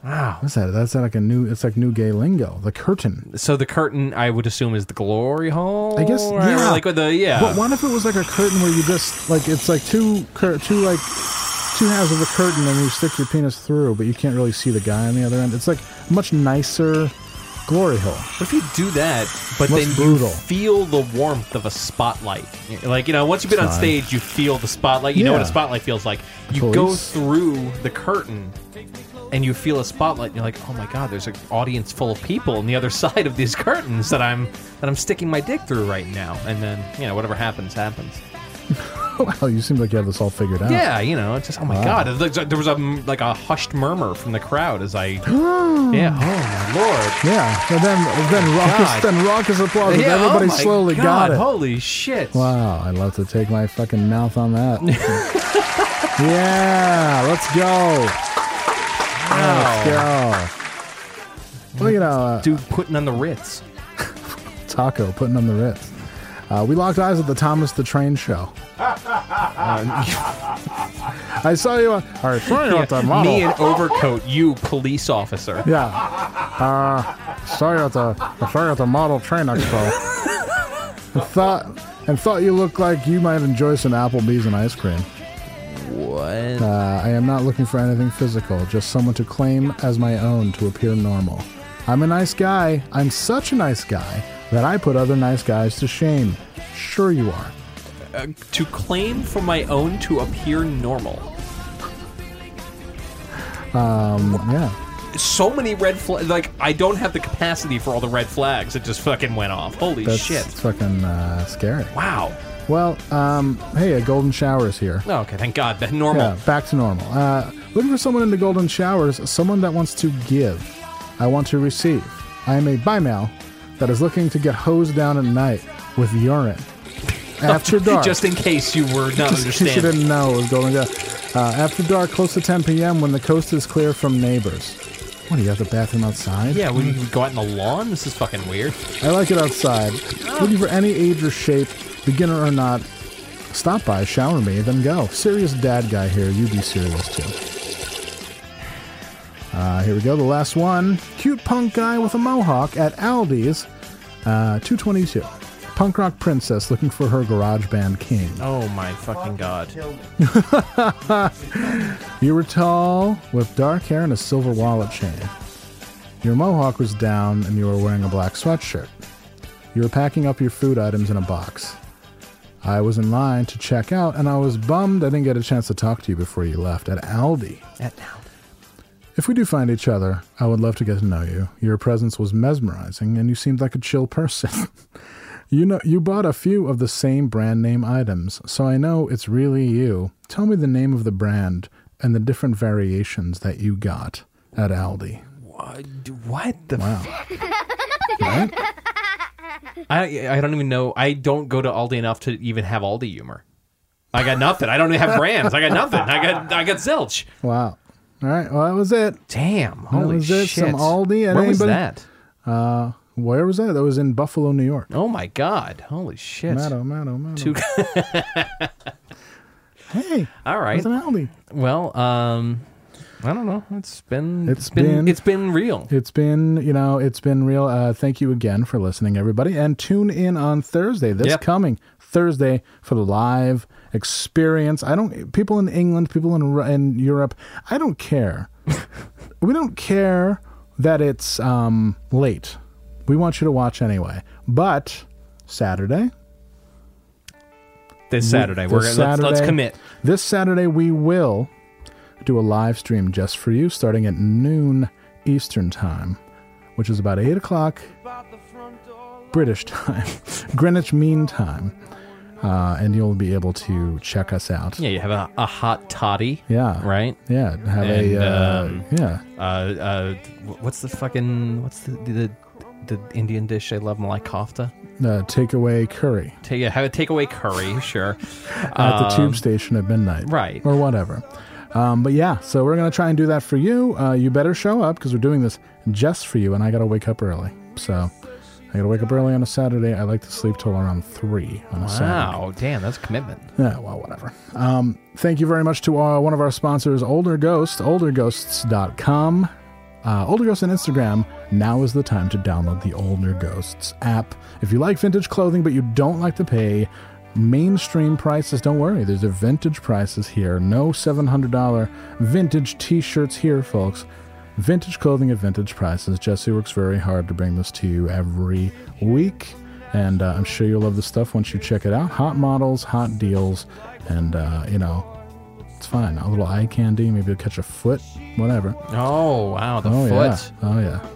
Wow, what's that? That's like a new. It's like new gay lingo. The curtain. So the curtain, I would assume, is the glory hole. I guess. Or yeah. Like with the yeah. But what if it was like a curtain where you just like it's like two cur- two like two halves of a curtain and you stick your penis through, but you can't really see the guy on the other end. It's like much nicer glory hole. What if you do that, but Less then brutal. you feel the warmth of a spotlight? Like you know, once you've been on Fine. stage, you feel the spotlight. You know what a Yeah. spotlight feels like. You go Police. through the curtain, and you feel a spotlight. And you're like, oh my god, there's an audience full of people on the other side of these curtains that I'm that I'm sticking my dick through right now. And then you know, whatever happens, happens. wow, you seem like you have this all figured out. Yeah, you know, it's just oh my Wow. god. It looks like- There was a like a hushed murmur from the crowd as I yeah. Oh my lord. Yeah. But then then Oh God. raucous then raucous applause. and Yeah, oh everybody my slowly God, got it. Holy shit! Wow, I'd love to take my fucking mouth on that. yeah, let's go. Yeah, Let's go. Look at how dude putting on the Ritz. Taco putting on the Ritz. Uh, we locked eyes at the Thomas the Train show. Uh, I saw you. On, all right, sorry about that model. me in overcoat, you police officer. Yeah. Uh, sorry at the sorry at the model train expo. and thought and thought you looked like you might enjoy some Applebee's and ice cream. What? Uh, I am not looking for anything physical, just someone to claim as my own to appear normal. I'm a nice guy. I'm such a nice guy that I put other nice guys to shame. Sure you are. Uh, to claim for my own to appear normal. Um, yeah. So many red flags. Like I don't have the capacity for all the red flags. It just fucking went off. Holy That's shit! fucking uh, scary. Wow. Well, um, hey, a golden shower is here. Oh, okay, thank God. That normal. Yeah, back to normal. Uh, looking for someone in the golden showers, someone that wants to give. I want to receive. I am a bimale that is looking to get hosed down at night with urine. After dark. Just in case you were not Just in case you understanding. didn't know it was golden shower. Uh, after dark, close to 10 p.m., when the coast is clear from neighbors. What, do you have the bathroom outside? Yeah, we would go out in the lawn. This is fucking weird. I like it outside. Looking for any age or shape, beginner or not. Stop by, shower me, then go. Serious dad guy here. You be serious too. Uh, here we go. The last one. Cute punk guy with a mohawk at Aldi's, uh, 222. Punk rock princess looking for her garage band king. Oh my fucking god. you were tall, with dark hair and a silver wallet chain. Your mohawk was down, and you were wearing a black sweatshirt. You were packing up your food items in a box. I was in line to check out, and I was bummed I didn't get a chance to talk to you before you left at Aldi. At Aldi. If we do find each other, I would love to get to know you. Your presence was mesmerizing, and you seemed like a chill person. you know, you bought a few of the same brand name items, so I know it's really you. Tell me the name of the brand and the different variations that you got at Aldi. What, what the Wow. I I don't even know. I don't go to Aldi enough to even have Aldi humor. I got nothing. I don't even have brands. I got nothing. I got I got zilch. Wow. All right. Well, that was it. Damn. Holy that was it. shit. Some Aldi. And Where was anybody- that? Uh, where was that? That was in Buffalo, New York. Oh my god. Holy shit. Matto, matto, matto. Two- hey. All right. It's an Aldi. Well, um, I don't know. It's been It's been- it's been real. It's been, you know, it's been real. Uh, thank you again for listening, everybody. And tune in on Thursday, this Yep. coming Thursday, for the live experience. I don't, people in England, people in, Ru- in Europe, I don't care. we don't care that it's um, late. We want you to watch anyway. But Saturday, This Saturday. this We're gonna, let's, let's Saturday- commit. This Saturday we will do a live stream just for you, starting at noon Eastern time, which is about eight o'clock British time, Greenwich Mean Time, uh, and you'll be able to check us out. Yeah, you have a, a hot toddy. Yeah. Right. Yeah, have And, a uh, um, yeah. Uh, uh, wh- what's the fucking what's the the, the Indian dish I love? Malai kofta. Uh, takeaway curry Ta- yeah, have a takeaway curry, sure. at the Um, tube station at midnight, right. or whatever. Um, but yeah, so we're gonna try and do that for you. Uh, you better show up because we're doing this just for you, and I gotta wake up early. So I gotta wake up early on a Saturday. I like to sleep till around three on a Saturday. Wow, damn, that's commitment. Yeah, well, whatever. Um, thank you very much to uh, one of our sponsors, Older Ghost, olderghosts.com. Uh, Older Ghosts on Instagram. Now is the time to download the Older Ghosts app. If you like vintage clothing but you don't like to pay mainstream prices, don't worry. There's a vintage prices here. No $700 vintage t shirts here, folks. Vintage clothing at vintage prices. Jesse works very hard to bring this to you every week. And uh, I'm sure you'll love the stuff once you check it out. Hot models, hot deals, and, uh, you know, it's fine. A little eye candy, maybe you'll catch a foot, whatever. Oh, wow, the oh, foot. Yeah. Oh, yeah.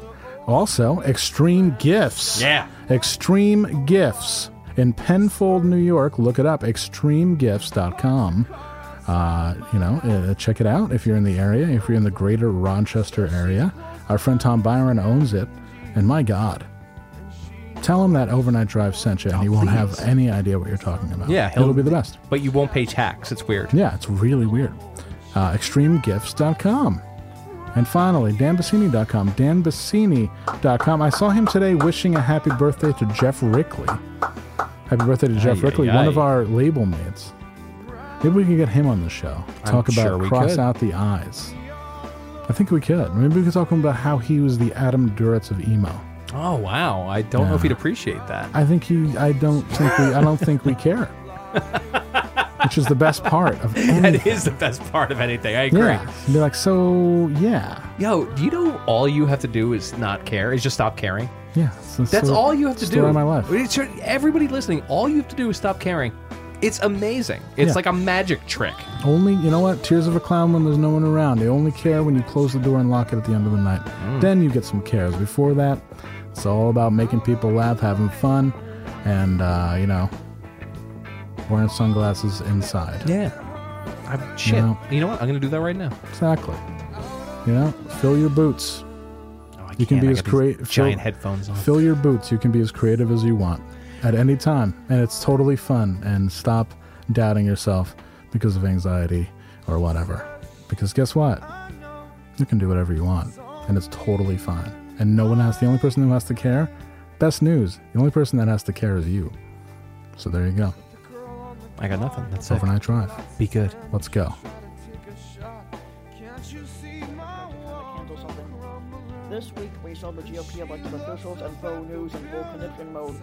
Also, Extreme Gifts. Yeah. Extreme Gifts in Penfold, New York. Look it up, extremegifts.com. Uh, you know, uh, check it out if you're in the area, if you're in the greater Rochester area. Our friend Tom Byron owns it. And my God, tell him that Overnight Drive sent you, and he won't have any idea what you're talking about. Yeah, he'll- it'll be the best. But you won't pay tax. It's weird. Yeah, it's really weird. Uh, extremegifts.com. And finally, danbassini.com. Danbassini.com. I saw him today wishing a happy birthday to Jeff Rickley. Happy birthday to Jeff Aye, Rickley, aye, one aye. of our label mates. Maybe we can get him on the show. I'm Talk about sure we cross could. out the eyes. I think we could. Maybe we could talk about how he was the Adam Duritz of emo. Oh, wow. I don't know if he'd appreciate that. I think he. I don't think we. I don't think we care. Which is the best part of any. That is the best part of anything. I agree. Yeah. Be like, so yeah, Yo, do you know all you have to do is not care? Is just stop caring? yeah. It's the That's story- all you have to story do. Of my life. It's your- everybody listening, all you have to do is stop caring. It's amazing. It's Yeah. like a magic trick. Only, you know what? Tears of a clown when there's no one around. They only care when you close the door and lock it at the end of the night. Mm. Then you get some cares. Before that, it's all about making people laugh, having fun, and, uh, you know, wearing sunglasses inside. Yeah. Oh, I'm, shit. No. You know what? I'm going to do that right now. Exactly. You know, fill your boots. you can can't. be I as got these creative. giant headphones on. Fill your boots. You can be as creative as you want at any time, and it's totally fun. And stop doubting yourself because of anxiety or whatever. Because guess what? You can do whatever you want, and it's totally fine. And no one has. The only person who has to care. Best news. The only person that has to care is you. So there you go. I got nothing. That's it. Overnight drive. Be good. Let's go. This week, we saw the GOP elected officials and faux news in full conniption mode,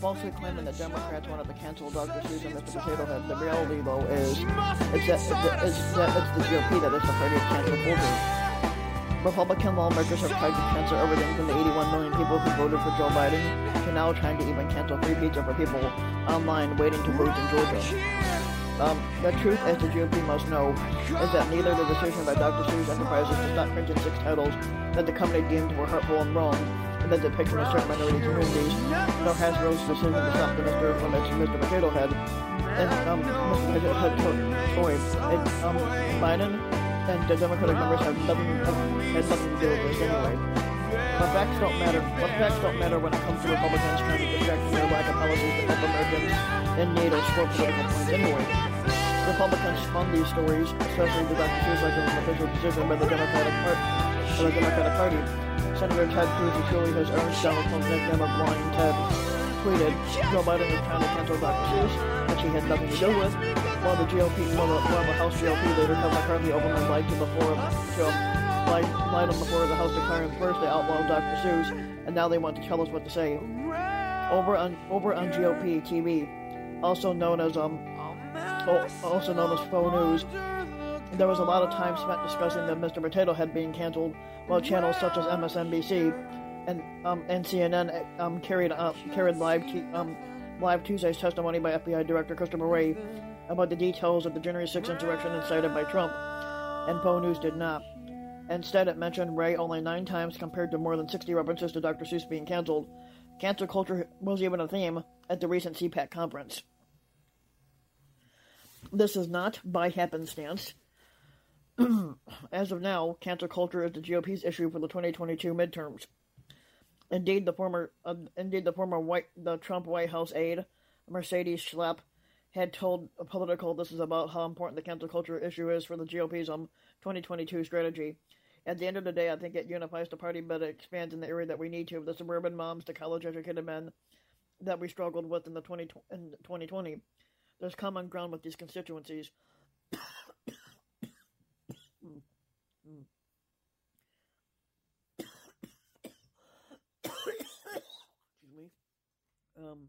falsely claiming that Democrats wanted to cancel Dr. Seuss and Mr. Potato Head. The reality, though, is it's that, that, it's that it's the GOP that is the party of cancel culture. Republican lawmakers have tried to cancel everything from the 81 million people who voted for Joe Biden to now trying to even cancel free pizza for people online waiting to vote in Georgia. Um, the truth, as the GOP must know, is that neither the decision by Dr. Seuss Enterprises to stop printing six titles that the company deemed were hurtful and wrong, and that depicted a certain minority communities, nor Hasbro's decision to stop the Mr. from its Mr. Potato Head, and um, Mr. Potato Head to- toy, and um, Biden and the Democratic members have nothing, have nothing to do with this anyway. But facts don't matter. But facts don't matter when it comes to Republicans trying to distract from their lack of policies that help Americans in need or score political points anyway. Republicans fund these stories, especially the Dr. Seuss like an official decision by the Democratic Party. By the Democratic Party. Senator Ted Cruz surely has earned Donald Trump's nickname of Lying Ted. Tweeted, Joe Biden is trying to cancel Dr. Seuss, which he had nothing to do with, while the GOP, while the, while the House GOP leader Kevin McCarthy openly lied to the floor of Joe lied, lied on the floor of the House declaring first they outlawed Dr. Seuss, and now they want to tell us what to say. Over on over on GOP TV, also known as um, o- also known as faux news, there was a lot of time spent discussing that Mr. Potato Head being canceled, while channels such as MSNBC and um, and CNN um, carried uh, carried live t- um, live Tuesday's testimony by FBI Director Christopher Wray about the details of the January 6th insurrection incited by Trump, and faux news did not. Instead, it mentioned Ray only nine times compared to more than 60 references to Dr. Seuss being canceled. Cancel culture was even a theme at the recent CPAC conference. This is not by happenstance. As of now, cancel culture is the GOP's issue for the 2022 midterms. Indeed, the former, uh, indeed the former White, the Trump White House aide, Mercedes Schlapp, had told Political this is about how important the cancel culture issue is for the GOP's um, 2022 strategy. At the end of the day, I think it unifies the party, but it expands in the area that we need to the suburban moms, the college educated men that we struggled with in the 20, in 2020. There's common ground with these constituencies. Mm. Mm. Excuse me. Um.